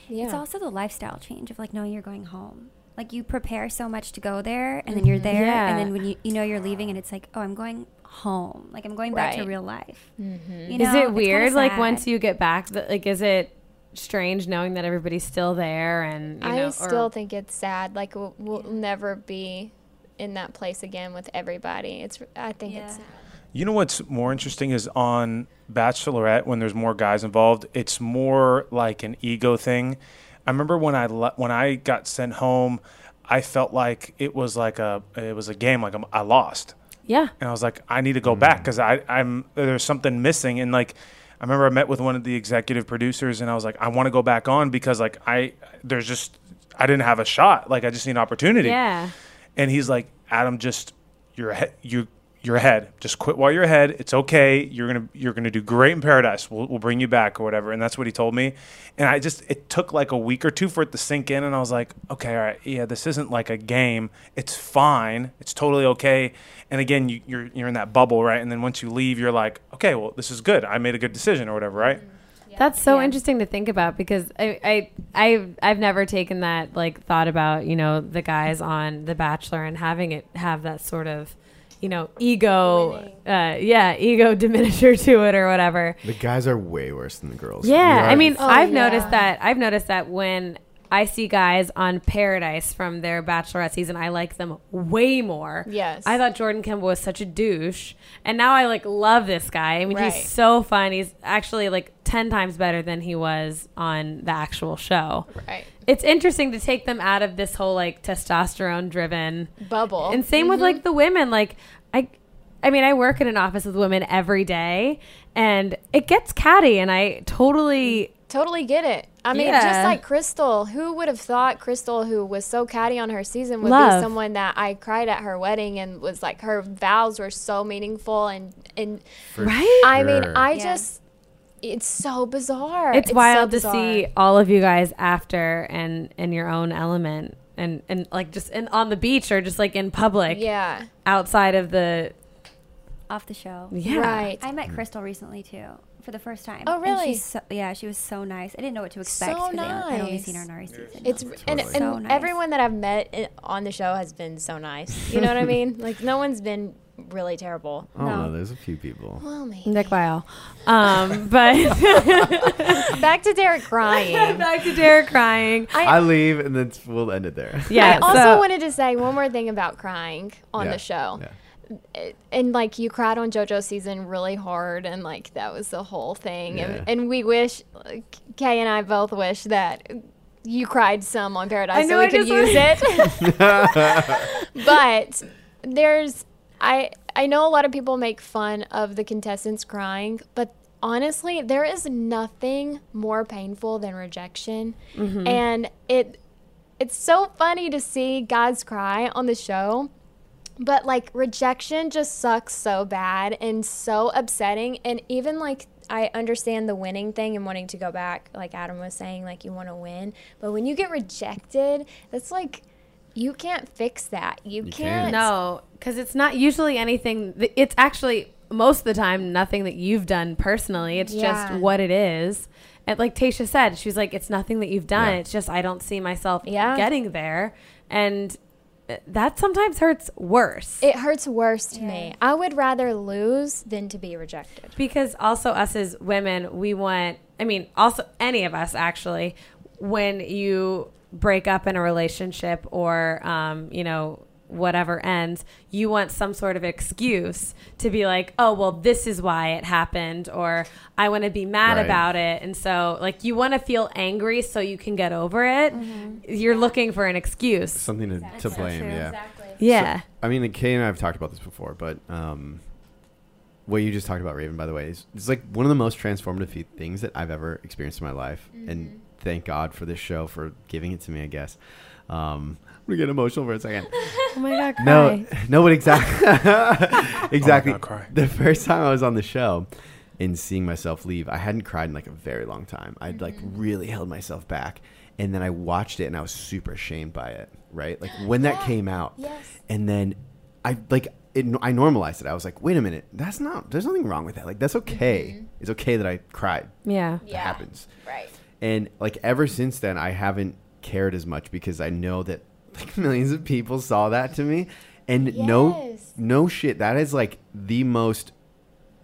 S7: Yeah.
S6: It's also the lifestyle change of like knowing you're going home. Like you prepare so much to go there, and then you're there,
S2: Mm-hmm. Yeah.
S6: and then when you, you know you're leaving, and it's like, oh, I'm going home. Like I'm going back
S7: Right.
S6: to real life. You
S2: Mm-hmm. is
S6: know?
S2: it
S6: It's
S2: weird?
S6: kinda
S2: Like
S6: sad.
S2: once you get back, that like is it strange knowing that everybody's still there and you
S7: I
S2: know, or-
S7: still think it's sad. Like we'll, we'll never be in that place again with everybody. It's. I think it's.
S5: You know what's more interesting is on Bachelorette when there's more guys involved, it's more like an ego thing. I remember when I le- when I got sent home, I felt like it was like a it was a game like I'm, I lost.
S2: yeah.
S5: and I was like, I need to go back because I I'm there's something missing. And like, I remember I met with one of the executive producers, and I was like, I want to go back on because like I there's just I didn't have a shot. Like I just need an opportunity.
S2: Yeah.
S5: And he's like, Adam, just you're ahe- you you're ahead. Just quit while you're ahead. It's okay. You're gonna you're gonna do great in paradise. We'll we'll bring you back or whatever. And that's what he told me. And I just it took like a week or two for it to sink in. And I was like, okay, all right, yeah, this isn't like a game. It's fine. It's totally okay. And again, you, you're you're in that bubble, right? And then once you leave, you're like, okay, well, this is good. I made a good decision or whatever, right?
S2: That's so interesting to think about because I, I I I've never taken that like thought about you know the guys on The Bachelor and having it have that sort of you know ego uh, yeah ego (laughs) diminisher to it or whatever.
S1: The guys are way worse than the girls.
S2: Yeah,
S1: We
S2: I
S1: are-
S2: mean, I've
S7: Oh, yeah.
S2: noticed that. I've noticed that when I see guys on Paradise from their Bachelorette season, I like them way more.
S7: Yes.
S2: I thought Jordan Kimball was such a douche, and now I like love this guy. I mean,
S7: Right.
S2: he's so fun. He's actually like ten times better than he was on the actual show.
S7: Right.
S2: It's interesting to take them out of this whole like testosterone driven
S7: Bubble.
S2: and same with like the women. Like I, I mean, I work in an office with women every day, and it gets catty. And I totally
S7: Totally get it. I mean,
S2: Yeah.
S7: just like Crystal, who would have thought Crystal, who was so catty on her season, would
S2: Love.
S7: be someone that I cried at her wedding and was like, her vows were so meaningful. And, and
S1: for
S2: Right?
S7: I mean,
S1: sure.
S7: I
S6: Yeah.
S7: just, it's so bizarre.
S2: it's,
S7: so
S2: wild to
S7: bizarre.
S2: see all of you guys after and in your own element and and like just in on the beach or just like in public
S7: Yeah.
S2: outside of the
S6: off the show.
S2: yeah
S7: Right.
S6: I met Crystal recently too, for the first time.
S7: Oh,
S6: And
S7: really?
S6: she's so, yeah, she was so nice. I didn't know what to expect.
S7: So
S6: 'cause I had only
S7: nice.
S6: seen her in our season.
S7: It's and, and
S1: Totally.
S6: So nice.
S7: everyone that I've met i- on the show has been so nice. You know
S2: (laughs)
S7: what I mean? Like no one's been really terrible.
S1: I don't
S6: No.
S1: know. Oh, There's a few people.
S7: Well, me.
S2: Nick Weil. Um,
S7: (laughs)
S2: but
S7: Back to Derek crying.
S2: (laughs) back to Derek crying.
S1: I leave and then we'll end it there.
S2: Yeah.
S7: I also
S2: so-
S7: wanted to say one more thing about crying (laughs) on
S1: Yeah.
S7: the show.
S1: Yeah.
S7: It- And like you cried on JoJo season really hard, and like that was the whole thing.
S1: Yeah.
S7: And, and we wish, like, Kay and I both wish that you cried some on Paradise
S2: I know,
S7: so we
S2: I
S7: could
S2: just wanted-
S7: use
S2: (laughs)
S7: it. (laughs) but there's, I I know a lot of people make fun of the contestants crying, but honestly, there is nothing more painful than rejection,
S2: Mm-hmm.
S7: and it it's so funny to see guys cry on the show but like rejection just sucks so bad and so upsetting and even like i understand the winning thing and wanting to go back like adam was saying like you want to win but when you get rejected that's like you can't fix that you,
S1: can't.
S7: can't,
S2: No, because it's not usually anything. th- It's actually most of the time nothing that you've done personally. It's
S7: Yeah.
S2: just what it is. And like Tasha said, she's like, it's nothing that you've done.
S1: Yeah.
S2: It's just I don't see myself
S7: Yeah.
S2: getting there. And uh, that sometimes hurts worse.
S7: It hurts worse to me. I would rather lose than to be rejected.
S2: because also us as women we want i mean also any of us actually when you break up in a relationship or um, you know whatever ends you want some sort of excuse to be like oh well this is why it happened or i want to be mad
S1: Right.
S2: about it and so like you want to feel angry so you can get over it you're looking for an excuse
S1: Something to, to blame,
S6: true.
S1: yeah.
S2: yeah
S1: I mean, Kay and I have talked about this before, but um, what you just talked about, Raven, by the way, is it's like one of the most transformative fe- things that I've ever experienced in my life.
S2: Mm-hmm.
S1: And thank God for this show for giving it to me, I guess. Um, I'm gonna get emotional for a second.
S2: (laughs) oh my god Oh
S1: No, (laughs) no, but
S2: (laughs)
S1: exactly, exactly.
S5: God, cry.
S1: The first time I was on the show and seeing myself leave, I hadn't cried in like a very long time. I'd like
S2: Mm-hmm.
S1: really held myself back, and then I watched it and I was super ashamed by it. Right, like when that came out,
S7: Yes.
S1: and then I like it, I normalized it. I was like, wait a minute, that's not. There's nothing wrong with that. Like that's okay. It's okay that I cried.
S2: yeah
S1: That happens.
S7: Right.
S1: And like ever since then, I haven't cared as much because I know that like (laughs) millions of people saw that to me, and no,
S7: Yes.
S1: no shit, that is like the most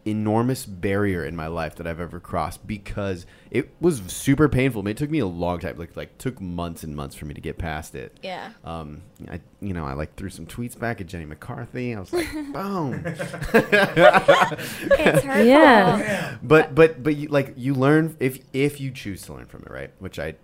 S1: enormous barrier in my life that I've ever crossed because it was super painful. It took me a long time, like like took months and months for me to get past it.
S7: Yeah.
S1: Um, I you know I like threw some tweets back at Jenny McCarthy. I was
S7: (laughs)
S1: like, boom.
S6: It's (laughs) hurtful.
S2: Yeah.
S1: but but but you like you learn if if you choose to learn from it right which i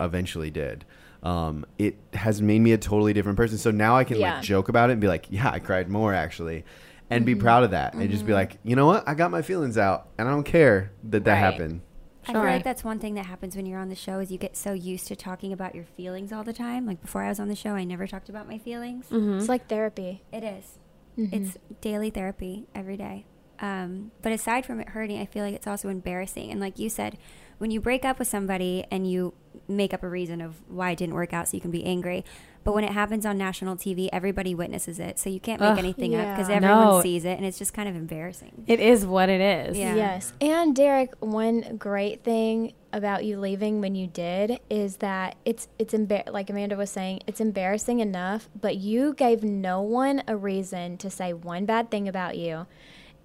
S1: eventually did um it has made me a totally different person so now i can
S7: Yeah. Mm-hmm.
S1: like joke about it and be like yeah i cried more actually and be proud of that and just be like you know what i got my feelings out and i don't care that that
S7: Right. (laughs)
S1: happened
S6: I feel
S2: Sorry.
S6: like that's one thing that happens when you're on the show is you get so used to talking about your feelings all the time. Like before I was on the show, I never talked about my feelings.
S7: It's like therapy.
S6: It is.
S2: Mm-hmm.
S6: It's daily therapy every day. Um, but aside from it hurting, I feel like it's also embarrassing. And like you said, when you break up with somebody and you make up a reason of why it didn't work out so you can be angry. But when it happens on national TV, everybody witnesses it. So you can't make
S2: Ugh.
S6: anything up 'cause up because
S7: Yeah.
S6: everyone
S2: No.
S6: sees it and it's just kind of embarrassing.
S2: it is what it is
S6: Yeah.
S7: Yes. And Derek, one great thing about you leaving when you did is that it's it's embar- like Amanda was saying, it's embarrassing enough, but you gave no one a reason to say one bad thing about you.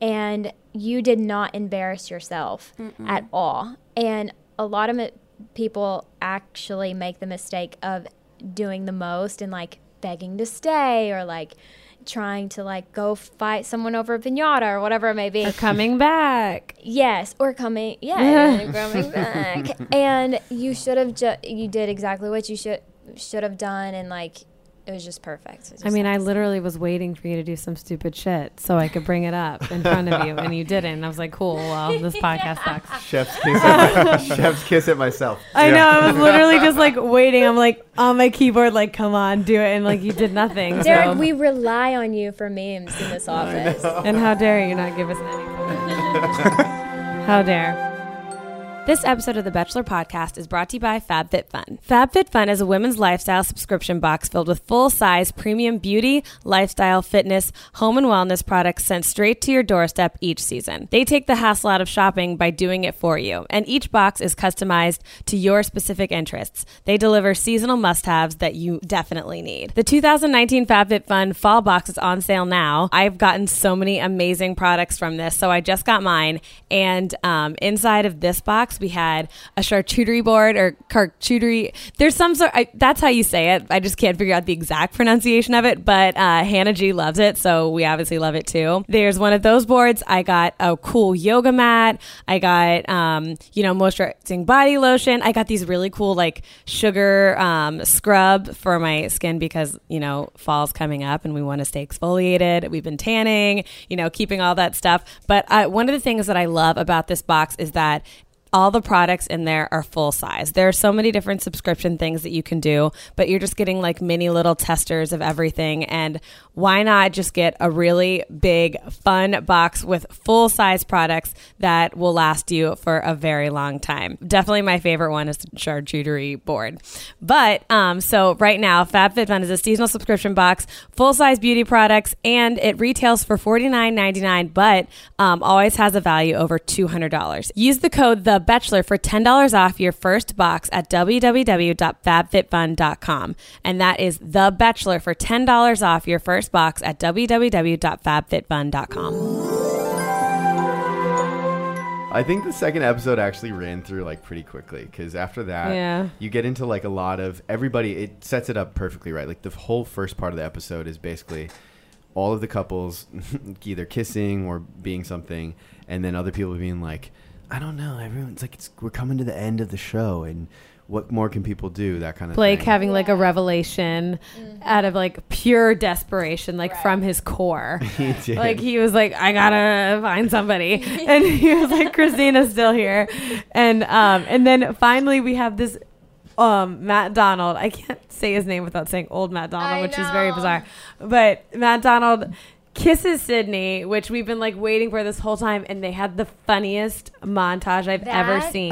S7: And you did not embarrass yourself at all. And a lot of mi- people actually make the mistake of doing the most and like begging to stay or like trying to like go fight someone over a pinata or whatever it may be.
S2: coming back
S7: Yes, or coming. Yeah, and coming back. And you should have just you did exactly what you should should have done, and like it was just perfect. It was
S2: I mean,
S7: just-
S2: I literally was waiting for you to do some stupid shit so I could bring it up in front of you, and you didn't. I was like, cool,
S7: (laughs)
S2: well, this podcast sucks.
S1: chef's kiss at, chef's kiss at myself
S2: I know. I was literally just
S7: (laughs)
S2: like waiting. I'm like on my keyboard, like, come on, do it. And like, you did nothing. so-
S7: Derek, we rely on you for memes
S5: (laughs)
S7: in this office.
S2: And how dare you not give
S7: (laughs)
S2: us any? how dare. This episode of the Bachelor Podcast is brought to you by FabFitFun. FabFitFun is a women's lifestyle subscription box filled with full size premium beauty, lifestyle, fitness, home, and wellness products sent straight to your doorstep each season. They take the hassle out of shopping by doing it for you, and each box is customized to your specific interests. They deliver seasonal must haves that you definitely need. The 2019 FabFitFun Fall Box is on sale now. I've gotten so many amazing products from this, so I just got mine. And um, inside of this box, we had a charcuterie board or charcuterie. There's some sort. I, that's how you say it. I just can't figure out the exact pronunciation of it. But uh, Hannah G loves it, so we obviously love it too. There's one of those boards. I got a cool yoga mat. I got um, you know moisturizing body lotion. I got these really cool like sugar um, scrub for my skin because you know fall's coming up and we want to stay exfoliated. We've been tanning, you know, keeping all that stuff. But uh, one of the things that I love about this box is that all the products in there are full size. There are so many different subscription things that you can do, but you're just getting like mini little testers of everything. And why not just get a really big, fun box with full size products that will last you for a very long time? Definitely my favorite one is the charcuterie board. But um, so right now, FabFitFun is a seasonal subscription box, full size beauty products, and it retails for $49.99, but um, always has a value over $200. Use the code the Bachelor for $10 off your first box at www.fabfitfun.com. And that is The Bachelor for $10 off your first box at www.fabfitfun.com.
S1: I think the second episode actually ran through like pretty quickly because after that,
S2: Yeah.
S1: you get into like a lot of everybody. It sets it up perfectly, right? Like the whole first part of the episode is basically all of the couples (laughs) either kissing or being something, and then other people being like, "I don't know." Everyone's like, it's, "We're coming to the end of the show, and what more can people do?" That kind of (laughs)
S2: Blake
S1: thing.
S2: having like a revelation
S7: Mm-hmm.
S2: out of like pure desperation, like from his core. (laughs)
S1: He did.
S2: Like he was like, I gotta find somebody,
S7: (laughs)
S2: and he was like, Christina's still here, and um, and then finally we have this, um, Matt Donald. I can't say his name without saying old Matt Donald,
S7: I
S2: which is very
S7: know.
S2: bizarre. But Matt Donald kisses Sydney, which we've been like waiting for this whole time, and they had the funniest montage I've ever
S7: That
S2: seen.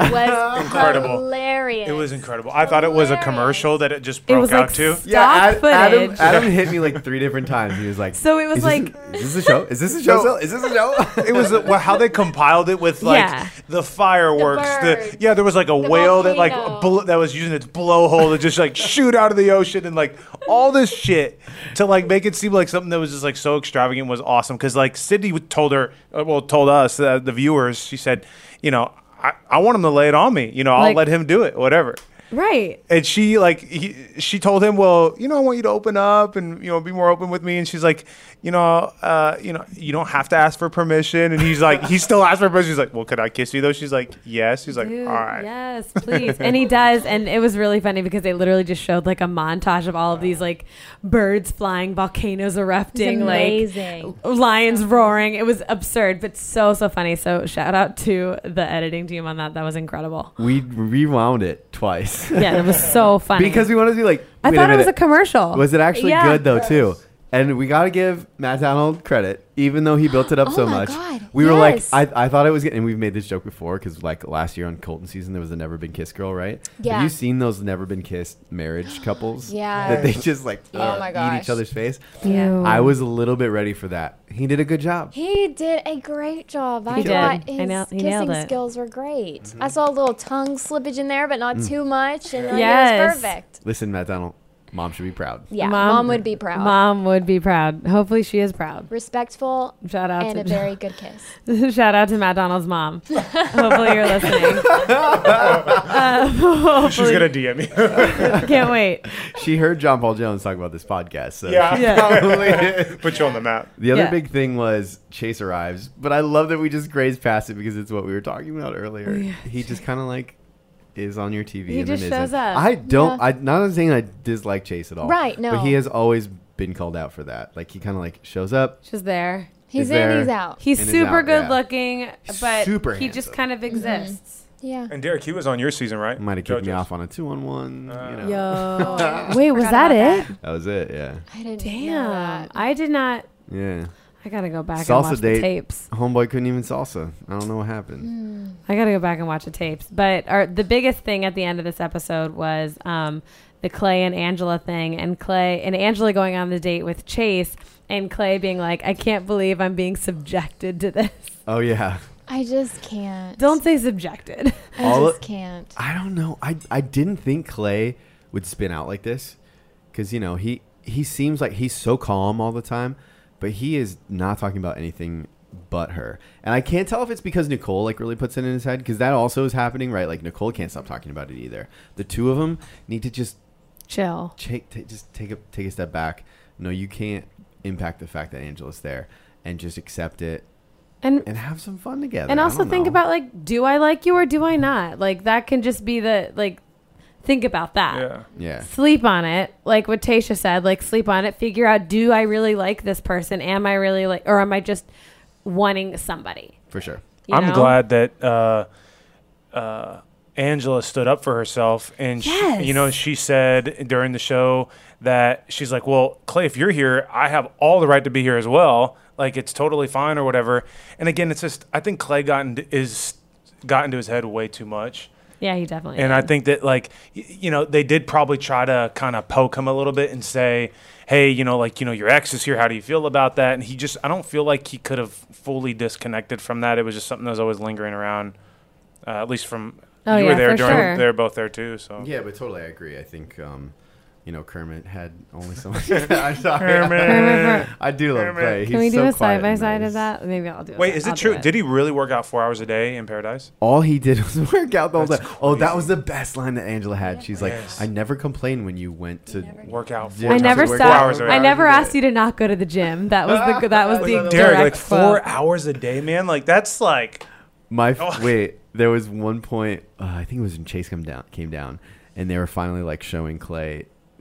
S5: (laughs)
S7: Was
S5: Incredible.
S7: Hilarious.
S5: It was incredible. I thought it was a
S7: Hilarious.
S5: commercial that it just
S2: It
S5: broke
S2: was
S5: out
S2: like
S5: to.
S2: stock
S1: yeah, Ad-
S2: footage.
S1: Adam, Adam hit me like three different times. He was like,
S2: So it was
S1: "Is
S2: like-
S1: this, is this a show? Is this a show?
S5: No.
S1: still? Is this a show?" (laughs)
S5: (laughs) It was the, well, how they compiled it with like
S2: Yeah.
S5: the fireworks.
S7: The
S5: The,
S7: birds.
S5: yeah, there was like a whale that like
S7: volcano.
S5: bl- that was using its blowhole to just like shoot out of the ocean and like all this shit to like make it seem like something that was just like so extravagant was awesome because like Sydney w- told her, uh, well, told us uh, the viewers. She said, you know, I, I want him to lay it on me. You know, I'll
S2: Like-
S5: let him do it, whatever.
S2: right.
S5: and she like he, she told him, well, you know, I want you to open up and you know be more open with me. And she's like, you know, uh, you know, you don't have to ask for permission. And he's like, he still asked for permission. She's like, well, could I kiss you though? She's like, yes. He's like,
S2: Dude,
S5: all right.
S2: Yes, please. and he does. And it was really funny because they literally just showed like a montage of all of these like birds flying, volcanoes erupting, like oh.
S7: amazing.
S2: lions roaring. It was absurd, but so, so funny. So shout out to the editing team on that. That was incredible.
S1: we rewound it twice.
S2: Yeah, it was so funny.
S1: because we wanted to be like.
S2: I
S1: "Wait
S2: thought it was a
S1: minute.
S2: commercial.
S1: Was it actually
S2: Yeah.
S1: good though too? And we gotta give Matt Donald credit, even though he built it up
S7: Oh
S1: so
S7: my
S1: much.
S7: God,
S1: We were like,
S7: yes.
S1: I, I thought it was getting. And we've made this joke before because like last year on Colton season, there was a Never Been Kissed girl, right? Have
S7: Yeah.
S1: you seen those Never Been Kissed marriage couples?
S7: Yeah.
S1: That they just like
S7: (laughs) Oh
S1: uh,
S7: my
S1: eat each
S7: gosh.
S1: other's face.
S2: Ew.
S1: I was a little bit ready for that. He did a good job.
S7: He did a great job. I
S1: did.
S7: thought
S2: I
S7: his
S2: nailed- he nailed
S7: kissing
S2: it.
S7: skills were great.
S5: Mm-hmm.
S7: I saw a little tongue slippage in there, but not
S5: Mm.
S7: too much, and like, it
S2: Yes.
S7: was perfect.
S1: Listen, Matt Donald, mom should be proud.
S7: Yeah,
S2: Mom-
S7: mom, would be proud.
S2: Mom would be proud. Hopefully, she is proud.
S7: Respectful
S2: Shout out
S7: and
S2: to
S7: a very good kiss.
S2: (laughs) Shout out to Matt Donald's mom. Hopefully, you're listening. Uh, (laughs)
S5: She's gonna DM you.
S2: Can't wait.
S1: She heard John Paul Jones talk about this podcast, so
S5: (laughs) (laughs) Yeah.
S1: she
S2: Yeah.
S1: probably
S7: (laughs)
S1: is.
S5: Put you on the map.
S1: The other
S2: Yeah.
S1: big thing was Chase arrives, but I love that we just grazed past it because it's what we were talking about earlier. He just kind of like is on your TV.
S2: He
S1: and
S2: just
S1: then
S2: shows
S1: isn't.
S2: up.
S1: I don't.
S7: Yeah.
S1: I not saying I dislike Chase at all.
S7: Right,
S1: But
S7: no.
S1: he has always been called out for that. Like he kind of like shows up.
S2: She's there.
S7: He's
S1: Is
S7: in,
S1: there-
S7: he's out.
S2: He's
S1: And is
S2: super
S1: out,
S2: good
S1: yeah.
S2: looking, but
S1: super
S2: he just
S1: handsome.
S2: kind of exists.
S7: Yeah.
S5: And Derek, he was on your season, right?
S1: Might have kicked me
S5: JoJo's.
S1: off on a two on one. You know. Oh.
S2: (laughs) Yo. Wait, was that it?
S1: That was it. Yeah.
S7: I didn't know
S2: Damn.
S7: that.
S2: I did not.
S1: Yeah.
S2: I gotta go back
S1: Salsa
S2: and watch
S1: date.
S2: the tapes.
S1: Homeboy couldn't even salsa. I don't know what happened.
S2: I gotta go back and watch the tapes. But our, the biggest thing at the end of this episode was um, the Clay and Angela thing, and Clay and Angela going on the date with Chase, and Clay being like, "I can't believe I'm being subjected to this." (laughs)
S1: Oh yeah.
S7: I just can't.
S2: Don't say subjected.
S7: I
S1: All
S7: just
S1: of-
S7: can't.
S1: I don't know. I I didn't think Clay would spin out like this because you know he he seems like he's so calm all the time, but he is not talking about anything but her. And I can't tell if it's because Nicole like really puts it in his head because that also is happening, right? Like Nicole can't stop talking about it either. The two of them need to just
S2: Chill.
S1: take ta just take a take a step back. No, you can't impact the fact that Angela's there and just accept it
S2: And
S1: and have some fun together.
S2: and
S1: I
S2: also
S1: don't
S2: think
S1: know.
S2: about like do i like you or do i not like that can just be the like think about that
S5: Yeah.
S1: yeah.
S2: sleep on it like what tasha said like sleep on it figure out do i really like this person am i really like or am i just wanting somebody
S1: For sure.
S2: you
S5: I'm
S2: know?
S5: glad that uh, uh, Angela stood up for herself, and
S2: Yes.
S5: she, you know she said during the show that she's like, "Well, Clay, if you're here, I have all the right to be here as well. Like it's totally fine or whatever." And again, it's just I think Clay got into, is got into his head way too much.
S2: yeah you definitely
S5: And
S2: did.
S5: I think that like y- you know they did probably try to kind of poke him a little bit and say, "Hey, you know, like you know your ex is here. How do you feel about that?" And he just I don't feel like he could have fully disconnected from that. It was just something that was always lingering around. uh, at least from
S2: Oh,
S5: you
S2: yeah,
S5: were there
S2: for
S5: during.
S2: sure.
S5: They were both there too. So
S1: Yeah, but totally, I agree. I think, um, you know, Kermit had only so
S5: (laughs)
S1: much. I'm sorry.
S2: Kermit.
S1: (laughs) I do love
S5: Kermit.
S1: Clay.
S2: Can we do a side by side of that? Maybe I'll do. a
S5: Wait,
S2: si-
S5: is
S2: I'll
S5: it
S2: do
S5: true? Did he really work out four hours a day in paradise?
S1: All he did was (laughs) work out the whole day.
S5: That's
S1: Oh, that was the best line that Angela had. She's like,
S5: Yes.
S1: I never complained when you went to.
S5: Work out.
S1: Yeah.
S5: Four
S2: I
S5: times
S2: never
S5: a- four
S2: stopped.
S5: hours a
S2: I
S5: day.
S2: never asked you to not go to the gym. That was the that was the
S5: Derek,
S2: direct
S5: like four
S2: quote.
S5: hours a day, man. Like that's like
S1: My f-
S5: Oh.
S1: wait, there was one point. Uh, I think it was when Chase come down, came down, and they were finally like showing Clay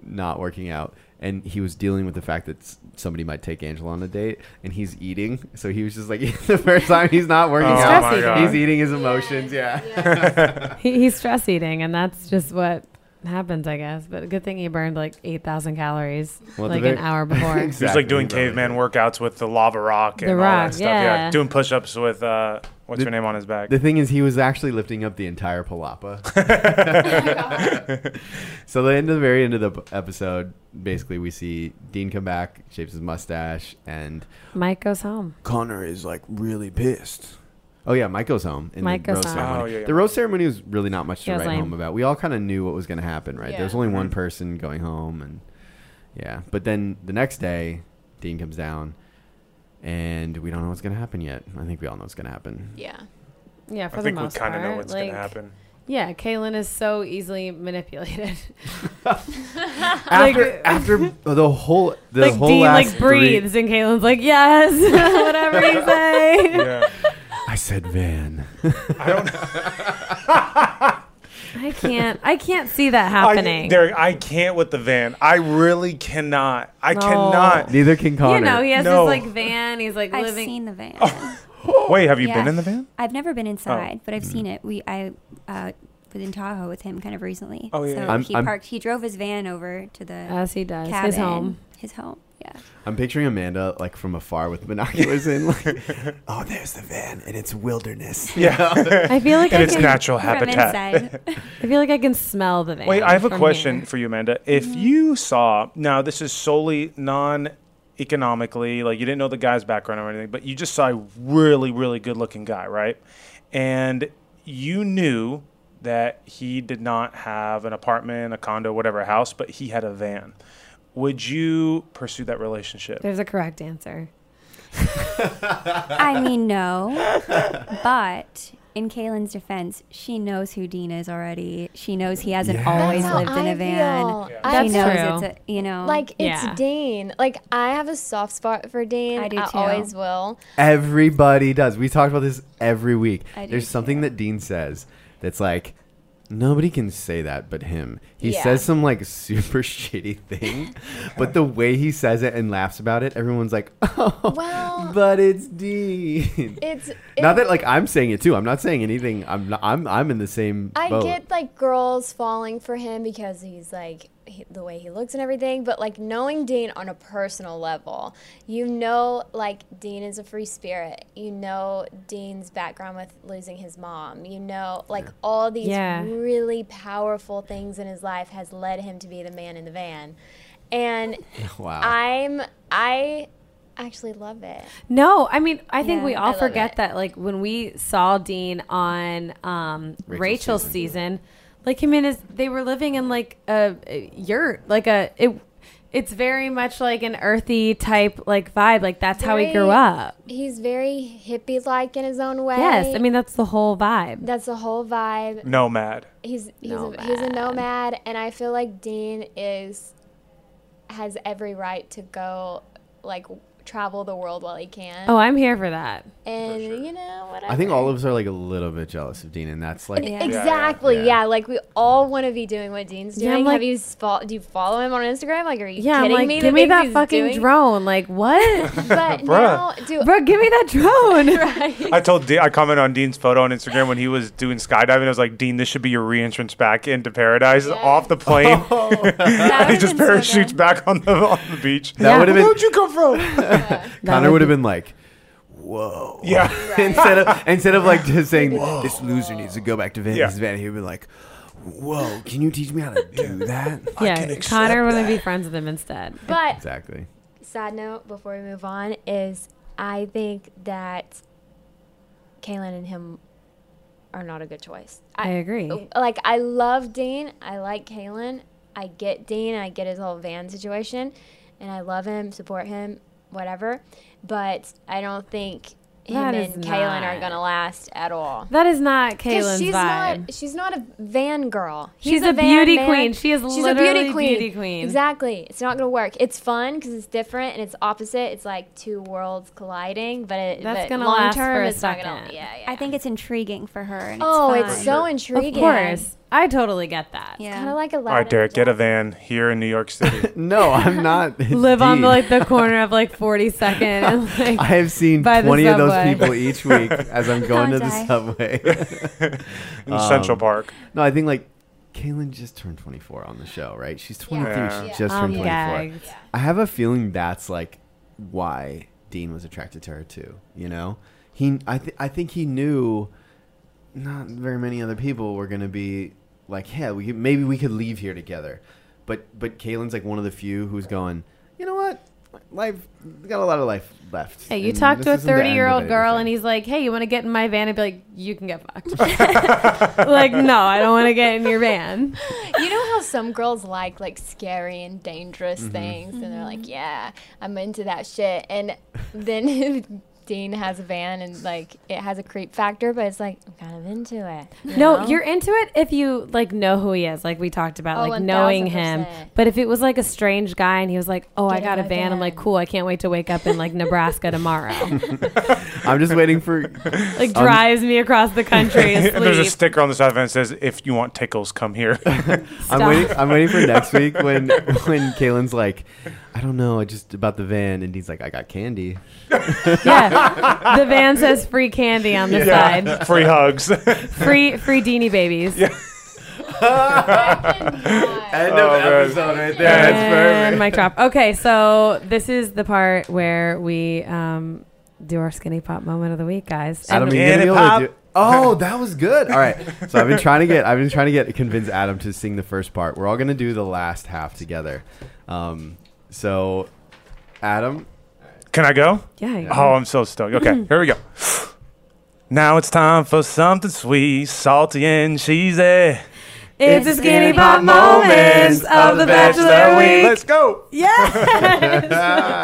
S1: not working out, and he was dealing with the fact that s- somebody might take Angela on a date, and he's eating. So he was just like, (laughs) the first time he's not working
S5: Oh
S1: out,
S2: my God.
S1: he's eating his emotions. Yeah.
S2: He, he's stress eating, and that's just what happens, I guess. But good thing he burned like eight thousand calories
S1: Well, the
S2: like
S1: very- (laughs)
S2: an hour before.
S5: he was like doing caveman workouts with the lava rock and
S2: The
S5: all
S2: rock,
S5: that stuff. Yeah,
S2: yeah.
S5: doing push-ups with uh, what's
S1: The-
S5: her name on his
S1: (laughs)
S5: back?
S1: The thing is, he was actually lifting up the entire palapa. so the end of the very end of the p- episode, basically, we see Dean come back, shapes his mustache, and
S2: Mike goes home.
S8: Connor is like really pissed.
S1: oh yeah, Mike goes home. In
S2: Mike
S1: the
S2: goes
S1: roast
S2: home.
S1: ceremony.
S5: Oh, yeah, yeah.
S1: The roast ceremony was really not much to
S2: Yeah, it was
S1: write
S2: lame.
S1: home about. We all kind of knew what was going to happen, right? There was
S7: Yeah.
S1: only
S5: Mm-hmm.
S1: one person going home, and yeah. But then the next day, Dean comes down, and we don't know what's going to happen yet. I think we all know what's going to happen.
S7: Yeah.
S2: Yeah, for
S5: I
S2: the
S5: think we
S2: most
S5: kind of know
S2: part,
S5: what's
S2: like, (laughs)
S5: gonna happen.
S2: Yeah, Kaylin is so easily manipulated.
S1: After
S2: (laughs) Like-
S1: after
S2: (laughs)
S1: the whole the
S2: like
S1: whole
S2: Dean
S1: last
S2: like
S1: three-
S2: breathes, and Kaylin's like, "Yes, (laughs) whatever you say."
S5: Yeah,
S1: I said van.
S5: I don't.
S2: (laughs) I can't. I can't see that
S5: I-
S2: happening.
S5: Derek, I can't with the van. I really cannot. I
S2: No.
S5: cannot.
S1: Neither can Connor.
S2: (laughs) you know, he has
S5: No.
S2: this like van. He's like
S6: I've
S2: living.
S6: seen the van.
S5: Oh. Wait, have you
S6: Yeah.
S5: been in the van?
S6: (laughs) I've never
S5: Oh.
S6: been inside, but
S5: Mm-hmm.
S6: I've seen it. We I uh, was in Tahoe with him kind of recently.
S5: Oh, yeah,
S6: So
S5: yeah.
S1: I'm-
S6: he
S1: I'm-
S6: parked. He drove his van over to the
S2: As he does,
S6: cabin.
S2: his home.
S6: His home. Yeah.
S1: I'm picturing Amanda like from afar with binoculars
S2: (laughs)
S1: in. Like, oh, there's the van, and it's wilderness.
S5: Yeah,
S2: I feel like
S5: (laughs) in
S2: I
S5: its
S2: can.
S5: natural
S6: From
S5: habitat.
S6: inside.
S2: I feel like I can smell the van.
S5: Wait, I have a
S2: from
S5: question
S2: here.
S5: for you, Amanda. If you saw now, this is solely non economically, like you didn't know the guy's background or anything, but you just saw a really, really good looking guy, right? And you knew that he did not have an apartment, a condo, whatever, a house, but he had a van. Would you pursue that relationship?
S2: There's a correct answer.
S6: (laughs) I mean, no. But in Kaylin's defense, she knows who Dean is already. She knows he hasn't
S1: Yeah.
S6: always
S7: That's how
S6: lived in
S7: I
S6: a van.
S7: feel.
S5: Yeah.
S7: I
S2: That's
S6: she knows
S2: true.
S6: it's a you know
S7: Like it's
S2: Yeah.
S7: Dean. Like I have a soft spot for Dean.
S6: I do too.
S7: always will.
S1: Everybody does. We talk about this every week.
S6: I do
S1: There's something that Dean says that's like nobody can say that but him. He
S7: Yeah.
S1: says some like super (laughs) shitty thing, but the way he says it and laughs about it, everyone's like, (laughs) oh,
S7: Well-
S1: but it's Dean.
S7: It's
S1: (laughs) not
S7: it-
S1: that like I'm saying it too. I'm not saying anything. I'm not, I'm I'm in the same.
S7: I
S1: boat.
S7: get like girls falling for him because he's like he, the way he looks and everything, but like knowing Dean on a personal level, you know, like Dean is a free spirit. You know Dean's background with losing his mom. You know, like all these
S2: Yeah.
S7: really powerful things in his life has led him to be the man in the van, and
S1: (laughs) Wow.
S7: I'm I actually love it.
S2: No, I mean, I think
S6: Yeah.
S2: we
S7: I
S2: all
S7: love
S2: forget
S7: it.
S2: that, like, when we saw Dean on um, Rachel's, season. like, him and his, they were living in, like, a, a yurt, like, a, it, it's very much like an earthy type, like, vibe. Like, that's how he grew
S7: Very-
S2: up.
S7: He's very hippie like in his own way.
S2: Yes. I mean, that's the whole vibe.
S7: that's the whole vibe.
S5: Nomad.
S7: he's he's a, he's a nomad and i feel like dean is has every right to go like w- travel the world while he can
S2: Oh, I'm here for that.
S7: and you know whatever
S1: I think all of us are like a little bit jealous of Dean, and that's like
S6: Yeah.
S7: exactly
S1: Yeah,
S7: yeah,
S1: yeah.
S7: like we all want to be doing what dean's
S2: Yeah,
S7: doing
S2: I'm
S7: have
S2: like-
S7: you fo- do you follow him on instagram like are you
S2: Yeah. I'm
S7: kidding
S2: like,
S7: me
S2: give me
S7: things
S2: that
S7: he's
S2: fucking
S7: doing?
S2: drone. Like, what?
S7: (laughs) but now
S5: Bruh.
S7: do
S2: Bro, give me that drone.
S7: right
S5: I told De- I commented on Dean's photo on Instagram when he was doing skydiving. I was like, Dean, this should be your re-entrance back into paradise
S7: Yeah.
S5: off the plane.
S6: That
S5: he
S6: would've
S5: just
S6: been so
S5: parachutes
S6: good.
S5: back on the on the beach.
S1: that
S2: Yeah.
S1: would have
S5: Where'd
S1: been
S5: you come from?
S1: Connor
S2: would
S1: would have
S2: be-
S1: been like, "Whoa!"
S5: yeah.
S1: (laughs) instead of instead of like just saying this loser needs to go back to Van,
S5: Yeah.
S1: his Van, he'd be like, "Whoa, can you teach me how to do that?"
S2: (laughs) yeah. Connor would be friends with him instead.
S7: (laughs) but
S1: exactly.
S7: Side note before we move on is I think that Kaylin and him are not a good choice.
S2: I agree.
S7: Like I love Dean. I like Kalen. I get Dean. I get his whole van situation, and I love him, support him, whatever. But I don't think him
S2: That is
S7: and Kalen
S2: not-
S7: are gonna last at all.
S2: That is not
S7: 'Cause
S2: Kaylin's
S7: she's
S2: vibe.
S7: not she's not a van girl.
S2: She's
S7: He's
S2: a
S7: van
S2: beauty
S7: man.
S2: queen. She is
S7: she's a
S2: literally
S7: beauty queen.
S2: beauty queen.
S7: Exactly. It's not gonna work. It's fun because it's different and it's opposite. It's like two worlds colliding, but it,
S2: That's
S7: but
S2: gonna
S7: long
S2: last
S7: term.
S2: for a
S7: it's not gonna.
S2: second.
S7: Yeah, yeah.
S6: I think it's intriguing for her. And
S7: Oh,
S6: it's, fun.
S7: it's so intriguing.
S2: of course. I totally get that.
S6: Yeah.
S7: Kind of like a.
S5: All right, Derek, get a van here in New
S1: (laughs)
S5: York City.
S1: No,
S2: (laughs)
S1: I'm not. It's
S2: Live on
S1: Dean.
S2: the, like the corner of like 42nd and like
S1: (laughs) I have seen
S2: by the
S1: 20 of those
S2: subway.
S1: people each
S2: (laughs)
S1: week as I'm going to the
S6: die.
S1: subway. (laughs)
S5: in Central Park.
S1: no, I think like Kaylin just turned 24 on the show, right? She's 23.
S5: Yeah.
S1: She
S5: Yeah.
S1: just
S7: Um,
S2: I'm
S1: turned 24.
S2: gagged.
S1: I have a feeling that's like why Dean was attracted to her too. You know, he I th- I think he knew not very many other people were gonna be like, yeah, we could, maybe we could leave here together, but but Kaylin's like one of the few who's going. You know what? Life we got a lot of life left.
S2: Hey, you
S1: and
S2: talk
S1: this
S2: to a
S1: isn't the end of
S2: 30 year old girl and
S1: everything."
S2: he's like, hey, you want to get in my van? And be like, you can get
S1: (laughs)
S2: fucked. (laughs) like, no, I don't want to get in your
S7: (laughs)
S2: van.
S7: You know how some girls like like scary and dangerous
S1: Mm-hmm.
S7: things, and they're like,
S2: Mm-hmm.
S7: "Yeah, I'm into that shit." And then (laughs) Dean has a van, and like it has a creep factor, but it's like I'm kind of into it. you
S2: No,
S7: know? (laughs)
S2: you're into it if you like know who he is, like we talked about,
S7: Oh,
S2: like
S7: 1000%.
S2: knowing him. But if it was like a strange guy and he was like, "Oh, I
S7: Get
S2: got a
S7: in
S2: van,"
S7: my
S2: I'm like,
S7: van.
S2: "Cool, I can't wait to wake up in like Nebraska
S1: (laughs)
S2: tomorrow."
S1: I'm just waiting
S2: (laughs)
S1: for.
S2: like
S1: Um,
S2: drives me across
S1: (laughs)
S2: the country. and
S5: And there's a
S2: sleep.
S5: sticker on the side of the van that says, "If you want tickles, come here." (laughs)
S1: I'm waiting. I'm waiting for next
S2: (laughs)
S1: week when when Kaylin's like, I don't know, I just about the van, and he's like, I got candy.
S2: (laughs) yeah, the van says free candy on the side,
S5: Free hugs. (laughs)
S2: free free Deanie babies.
S1: End
S5: Oh, man. episode
S1: right
S5: there. That's
S2: and mic drop. Okay, so this is the part where we um, do our skinny pop moment of the week, guys.
S1: Adam,
S2: And
S1: you
S5: Can
S1: gonna be
S5: it
S1: able to
S5: pop?
S1: do- (laughs) Oh, that was good. All right. So I've been trying to get I've been trying to get convince Adam to sing the first part. We're all gonna do the last half together. Um, so Adam,
S5: Can I go?
S2: yeah, you-
S5: Oh, I'm so stoked. Okay, here we go. Now it's time for something sweet, salty, and cheesy.
S2: it's the skinny pop moments of the Bachelor week.
S5: Let's go.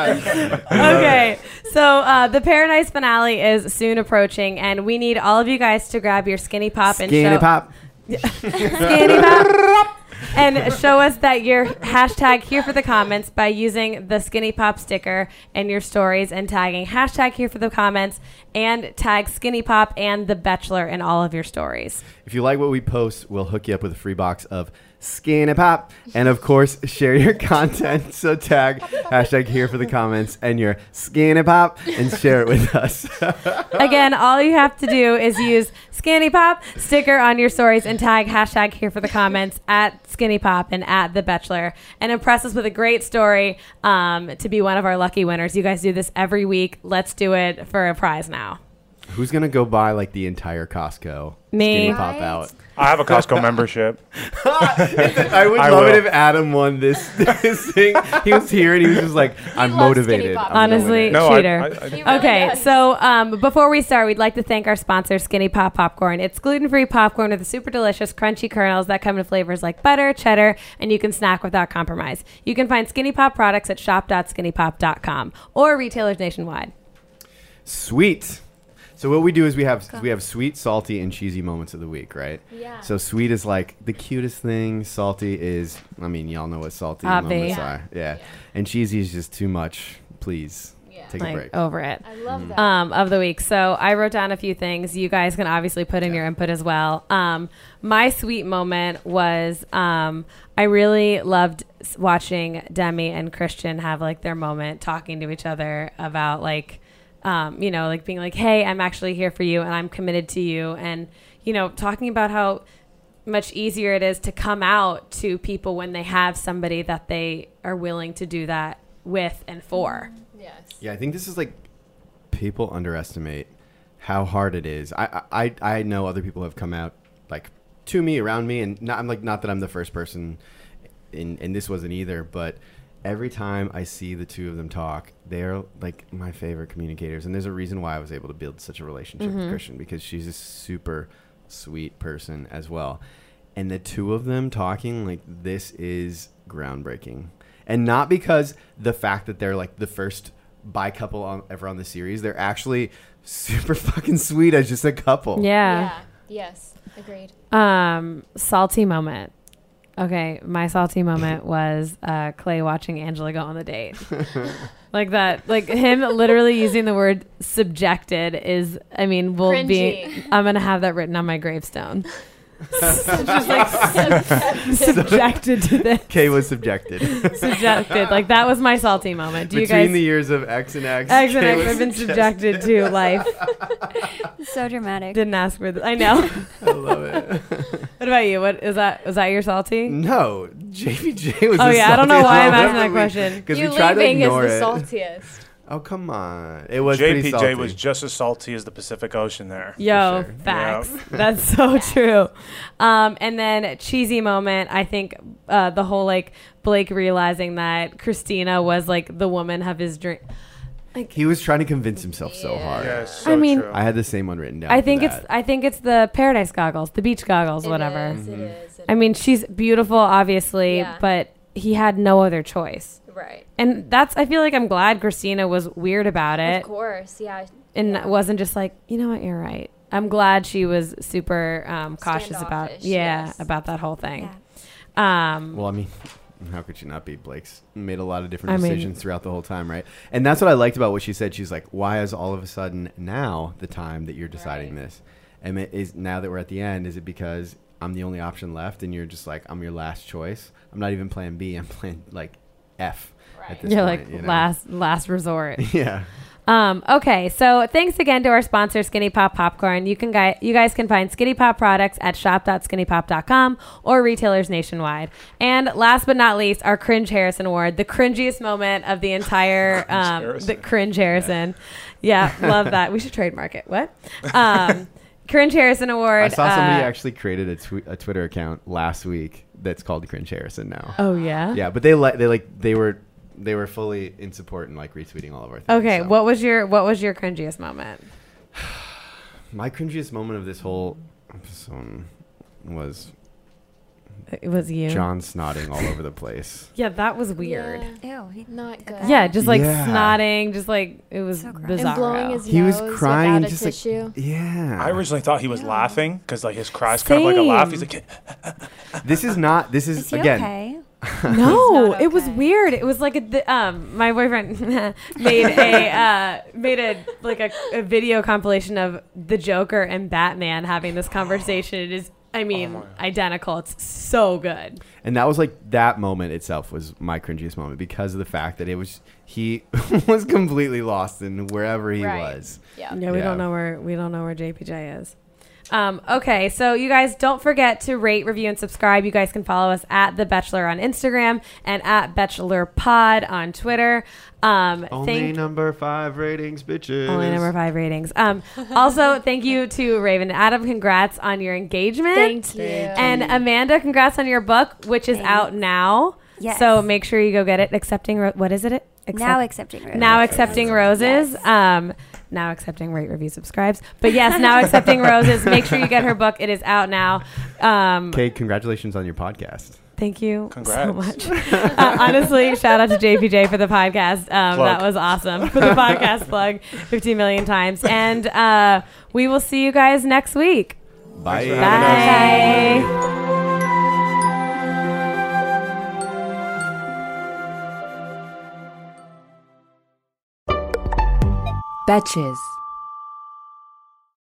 S2: okay. So uh, the Paradise finale is soon approaching, and we need all of you guys to grab your skinny pop and
S1: skinny
S2: show,
S1: pop.
S2: skinny pop, and show us that you're hashtag here for the comments by using the skinny pop sticker in your stories and tagging hashtag here for the comments and tag skinny pop and the Bachelor in all of your stories.
S1: If you like what we post, we'll hook you up with a free box of Skin It Pop. And of course, share your (laughs) content. So tag hashtag here for the comments and your Skin It Pop and share it with us. (laughs)
S2: Again, all you have to do is use Skinny Pop sticker on your stories and tag hashtag here for the comments at Skinny Pop and at The Bachelor and impress us with a great story um, to be one of our lucky winners. You guys do this every week. Let's do it for a prize now.
S1: Who's going to go buy like the entire Costco
S2: Me.
S1: Skinny Pop
S7: Right?
S1: out?
S5: I have a Costco membership.
S1: I would
S5: I
S1: love it
S5: will.
S1: if Adam won this, (laughs) this thing. He was here and he was just like, I'm
S7: loves
S1: motivated.
S7: Skinny Pop.
S1: I'm gonna win
S2: Honestly,
S1: it."
S5: No, I,
S2: Cheater.
S5: I, I,
S2: Okay, so um, before we start, we'd like to thank our sponsor, Skinny Pop Popcorn. It's gluten free popcorn with the super delicious, crunchy kernels that come in flavors like butter, cheddar, and you can snack without compromise. You can find Skinny Pop products at shop.skinnypop.com or retailers nationwide.
S1: Sweet. So what we do is we have we have sweet, salty, and cheesy moments of the week, right?
S7: Yeah.
S1: So sweet is like the cutest thing. Salty is, I mean, y'all know what salty
S2: Obvi.
S1: moments
S7: Yeah.
S1: are. Yeah. And cheesy is just too much. Please take a break.
S2: Like, over it.
S7: I love that.
S2: Um, of the week. So I wrote down a few things. You guys can obviously put in your input as well. Um, my sweet moment was um, I really loved s- watching Demi and Christian have like their moment talking to each other about like, um, you know, like being like, hey, I'm actually here for you and I'm committed to you. And, you know, talking about how much easier it is to come out to people when they have somebody that they are willing to do that with and for.
S7: yes.
S1: Yeah, I think this is like people underestimate how hard it is. I I I I know other people have come out like to me around me, and not, I'm like not that I'm the first person, and and this wasn't either, but. Every time I see the two of them talk, they're like my favorite communicators, and there's a reason why I was able to build such a relationship with Christian because she's just super sweet person as well. And the two of them talking, like, this is groundbreaking. And not because the fact that they're like the first bi couple on, ever on the series, they're actually super (laughs) fucking sweet as just a couple.
S2: Yeah.
S7: Yes. Agreed.
S2: Um, salty moment. Okay, my salty moment was uh, Clay watching Angela go on the date.
S1: (laughs)
S2: like that, like him literally using the word subjected is, I mean, will be,
S7: Cringy.
S2: I'm going to have that written on
S1: (laughs)
S2: my gravestone. (laughs) Just like
S7: (laughs)
S2: subjected to this.
S1: Kay was
S2: (laughs)
S1: subjected.
S2: Subjected. Like that was my salty moment. Do
S1: Between
S2: you guys.
S1: the years of X and X,
S2: X and
S1: Kay
S2: X
S1: was
S2: have been subjected to
S1: (laughs)
S2: life.
S6: so dramatic.
S2: Didn't ask for this. I know.
S1: I love it.
S2: What about you? What is that? Was that your salty?
S1: (laughs) No, JPJ was.
S2: Oh
S1: the
S2: yeah, I don't know
S1: saltiest
S2: why I'm
S1: moment
S2: asking that
S1: we-
S2: question.
S1: Because
S7: you
S1: we tried to
S7: leaving is
S1: ignore
S7: the
S1: it.
S7: saltiest.
S1: Oh come on, it was pretty salty.
S5: JPJ was just as salty as the Pacific Ocean there.
S2: Yo,
S1: sure. (laughs)
S2: facts. That's so true. Um, and then cheesy moment. I think uh, the whole like Blake realizing that Christina was like the woman of his dream.
S1: he was trying to convince himself so hard.
S5: Yeah, it's so
S2: I mean-
S5: true.
S1: I had the same one written down.
S2: I
S1: for
S2: think it's
S1: that.
S2: I think it's the paradise goggles, the beach goggles, whatever.
S7: It is.
S1: Mm-hmm.
S7: It is. It
S2: I mean, she's beautiful, obviously,
S7: Yeah.
S2: but he had no other choice.
S7: is. right.
S2: And that's I feel like I'm glad Christina was weird about it.
S7: Of course. Yeah.
S2: and wasn't just like you know what you're right i'm glad she was super um, cautious about
S7: Standoffish,
S2: yeah
S7: yes.
S2: about that whole thing um
S1: Well, I mean, (laughs) how could she not be? Blake's made a lot of different
S2: I mean-
S1: decisions throughout the whole time, right? And that's what I liked about what she said. She's like, "Why is all of a sudden now the time that you're deciding this? And it is now that we're at the end? Is it because I'm the only option left, and you're just like, I'm your last choice? I'm not even Plan B. I'm Plan like F at this
S2: you're
S1: point."
S2: like
S1: you know?
S2: last last resort
S1: (laughs) yeah.
S2: Um, okay, so thanks again to our sponsor, Skinny Pop Popcorn. You can guy- you guys can find Skinny Pop products at shop.skinnypop.com or retailers nationwide. And last but not least, our Cringe Harrison Award, the cringiest moment of the entire um, the (laughs) Cringe Harrison. Yeah, love that. We should trademark it. What? (laughs) Um, Cringe Harrison Award.
S1: I saw somebody
S2: uh,
S1: actually created a, tw- a Twitter account last week that's called Cringe Harrison now.
S2: Oh yeah.
S1: Yeah, but they like they like they were they were fully in support and like retweeting all of our things.
S2: Okay,
S1: so.
S2: what was your what was your cringiest moment?
S1: My cringiest moment of this whole episode was
S2: It was you.
S1: John snotting all over the place.
S2: Yeah, that was weird. Yeah.
S6: Ew, he-
S7: Not good.
S2: just like
S1: Yeah.
S2: snotting, just like it was
S6: So gross.
S2: bizarre.
S7: And blowing his
S1: He was
S7: nose
S1: crying
S7: without a
S1: just like-
S7: tissue.
S1: Yeah,
S5: I originally thought he was laughing because like his cry's kind of like a laugh. He's like,
S1: this is not. This is,
S6: Is he
S1: again.
S6: okay?
S2: (laughs) No,
S6: not
S2: it was
S6: okay.
S2: weird. It was like a th- um, my boyfriend (laughs) made a uh, made a like a, a video compilation of the Joker and Batman having this conversation. It is, I mean,
S1: Oh,
S2: identical. It's so good.
S1: And that was like that moment itself was my cringiest moment because of the fact that it was he (laughs) was completely lost in wherever he
S7: Right.
S1: was.
S7: Yeah.
S2: Yeah, we
S1: Yeah.
S2: don't know where we don't know where JPJ is. Um, okay, so you guys don't forget to rate, review, and subscribe. You guys can follow us at The Bachelor on Instagram and at Bachelor Pod on Twitter. Um,
S1: Only
S2: thank-
S1: number five ratings, bitches.
S2: Only number five ratings.
S7: (laughs)
S2: Um, also, thank you to Raven and Adam. Congrats on your engagement.
S7: Thank you.
S2: And Amanda, congrats on your book, which is out now.
S6: Yes.
S2: So make sure you go get it. Accepting ro- what is it? Accept-
S6: now accepting roses.
S2: now accepting roses. Um, now accepting rate review subscribes. But yes, now accepting roses. Make sure you get her book. It is out now. Um,
S1: Okay, congratulations on your podcast.
S2: Thank you so
S5: Congrats.
S2: much. Uh,
S5: (laughs)
S2: honestly, shout out to JPJ for the podcast. Um,
S5: Plug.
S2: that was awesome for the podcast
S5: (laughs)
S2: plug 15 million times. And uh, we will see you guys next week.
S1: Bye.
S2: Bye.
S9: Betches.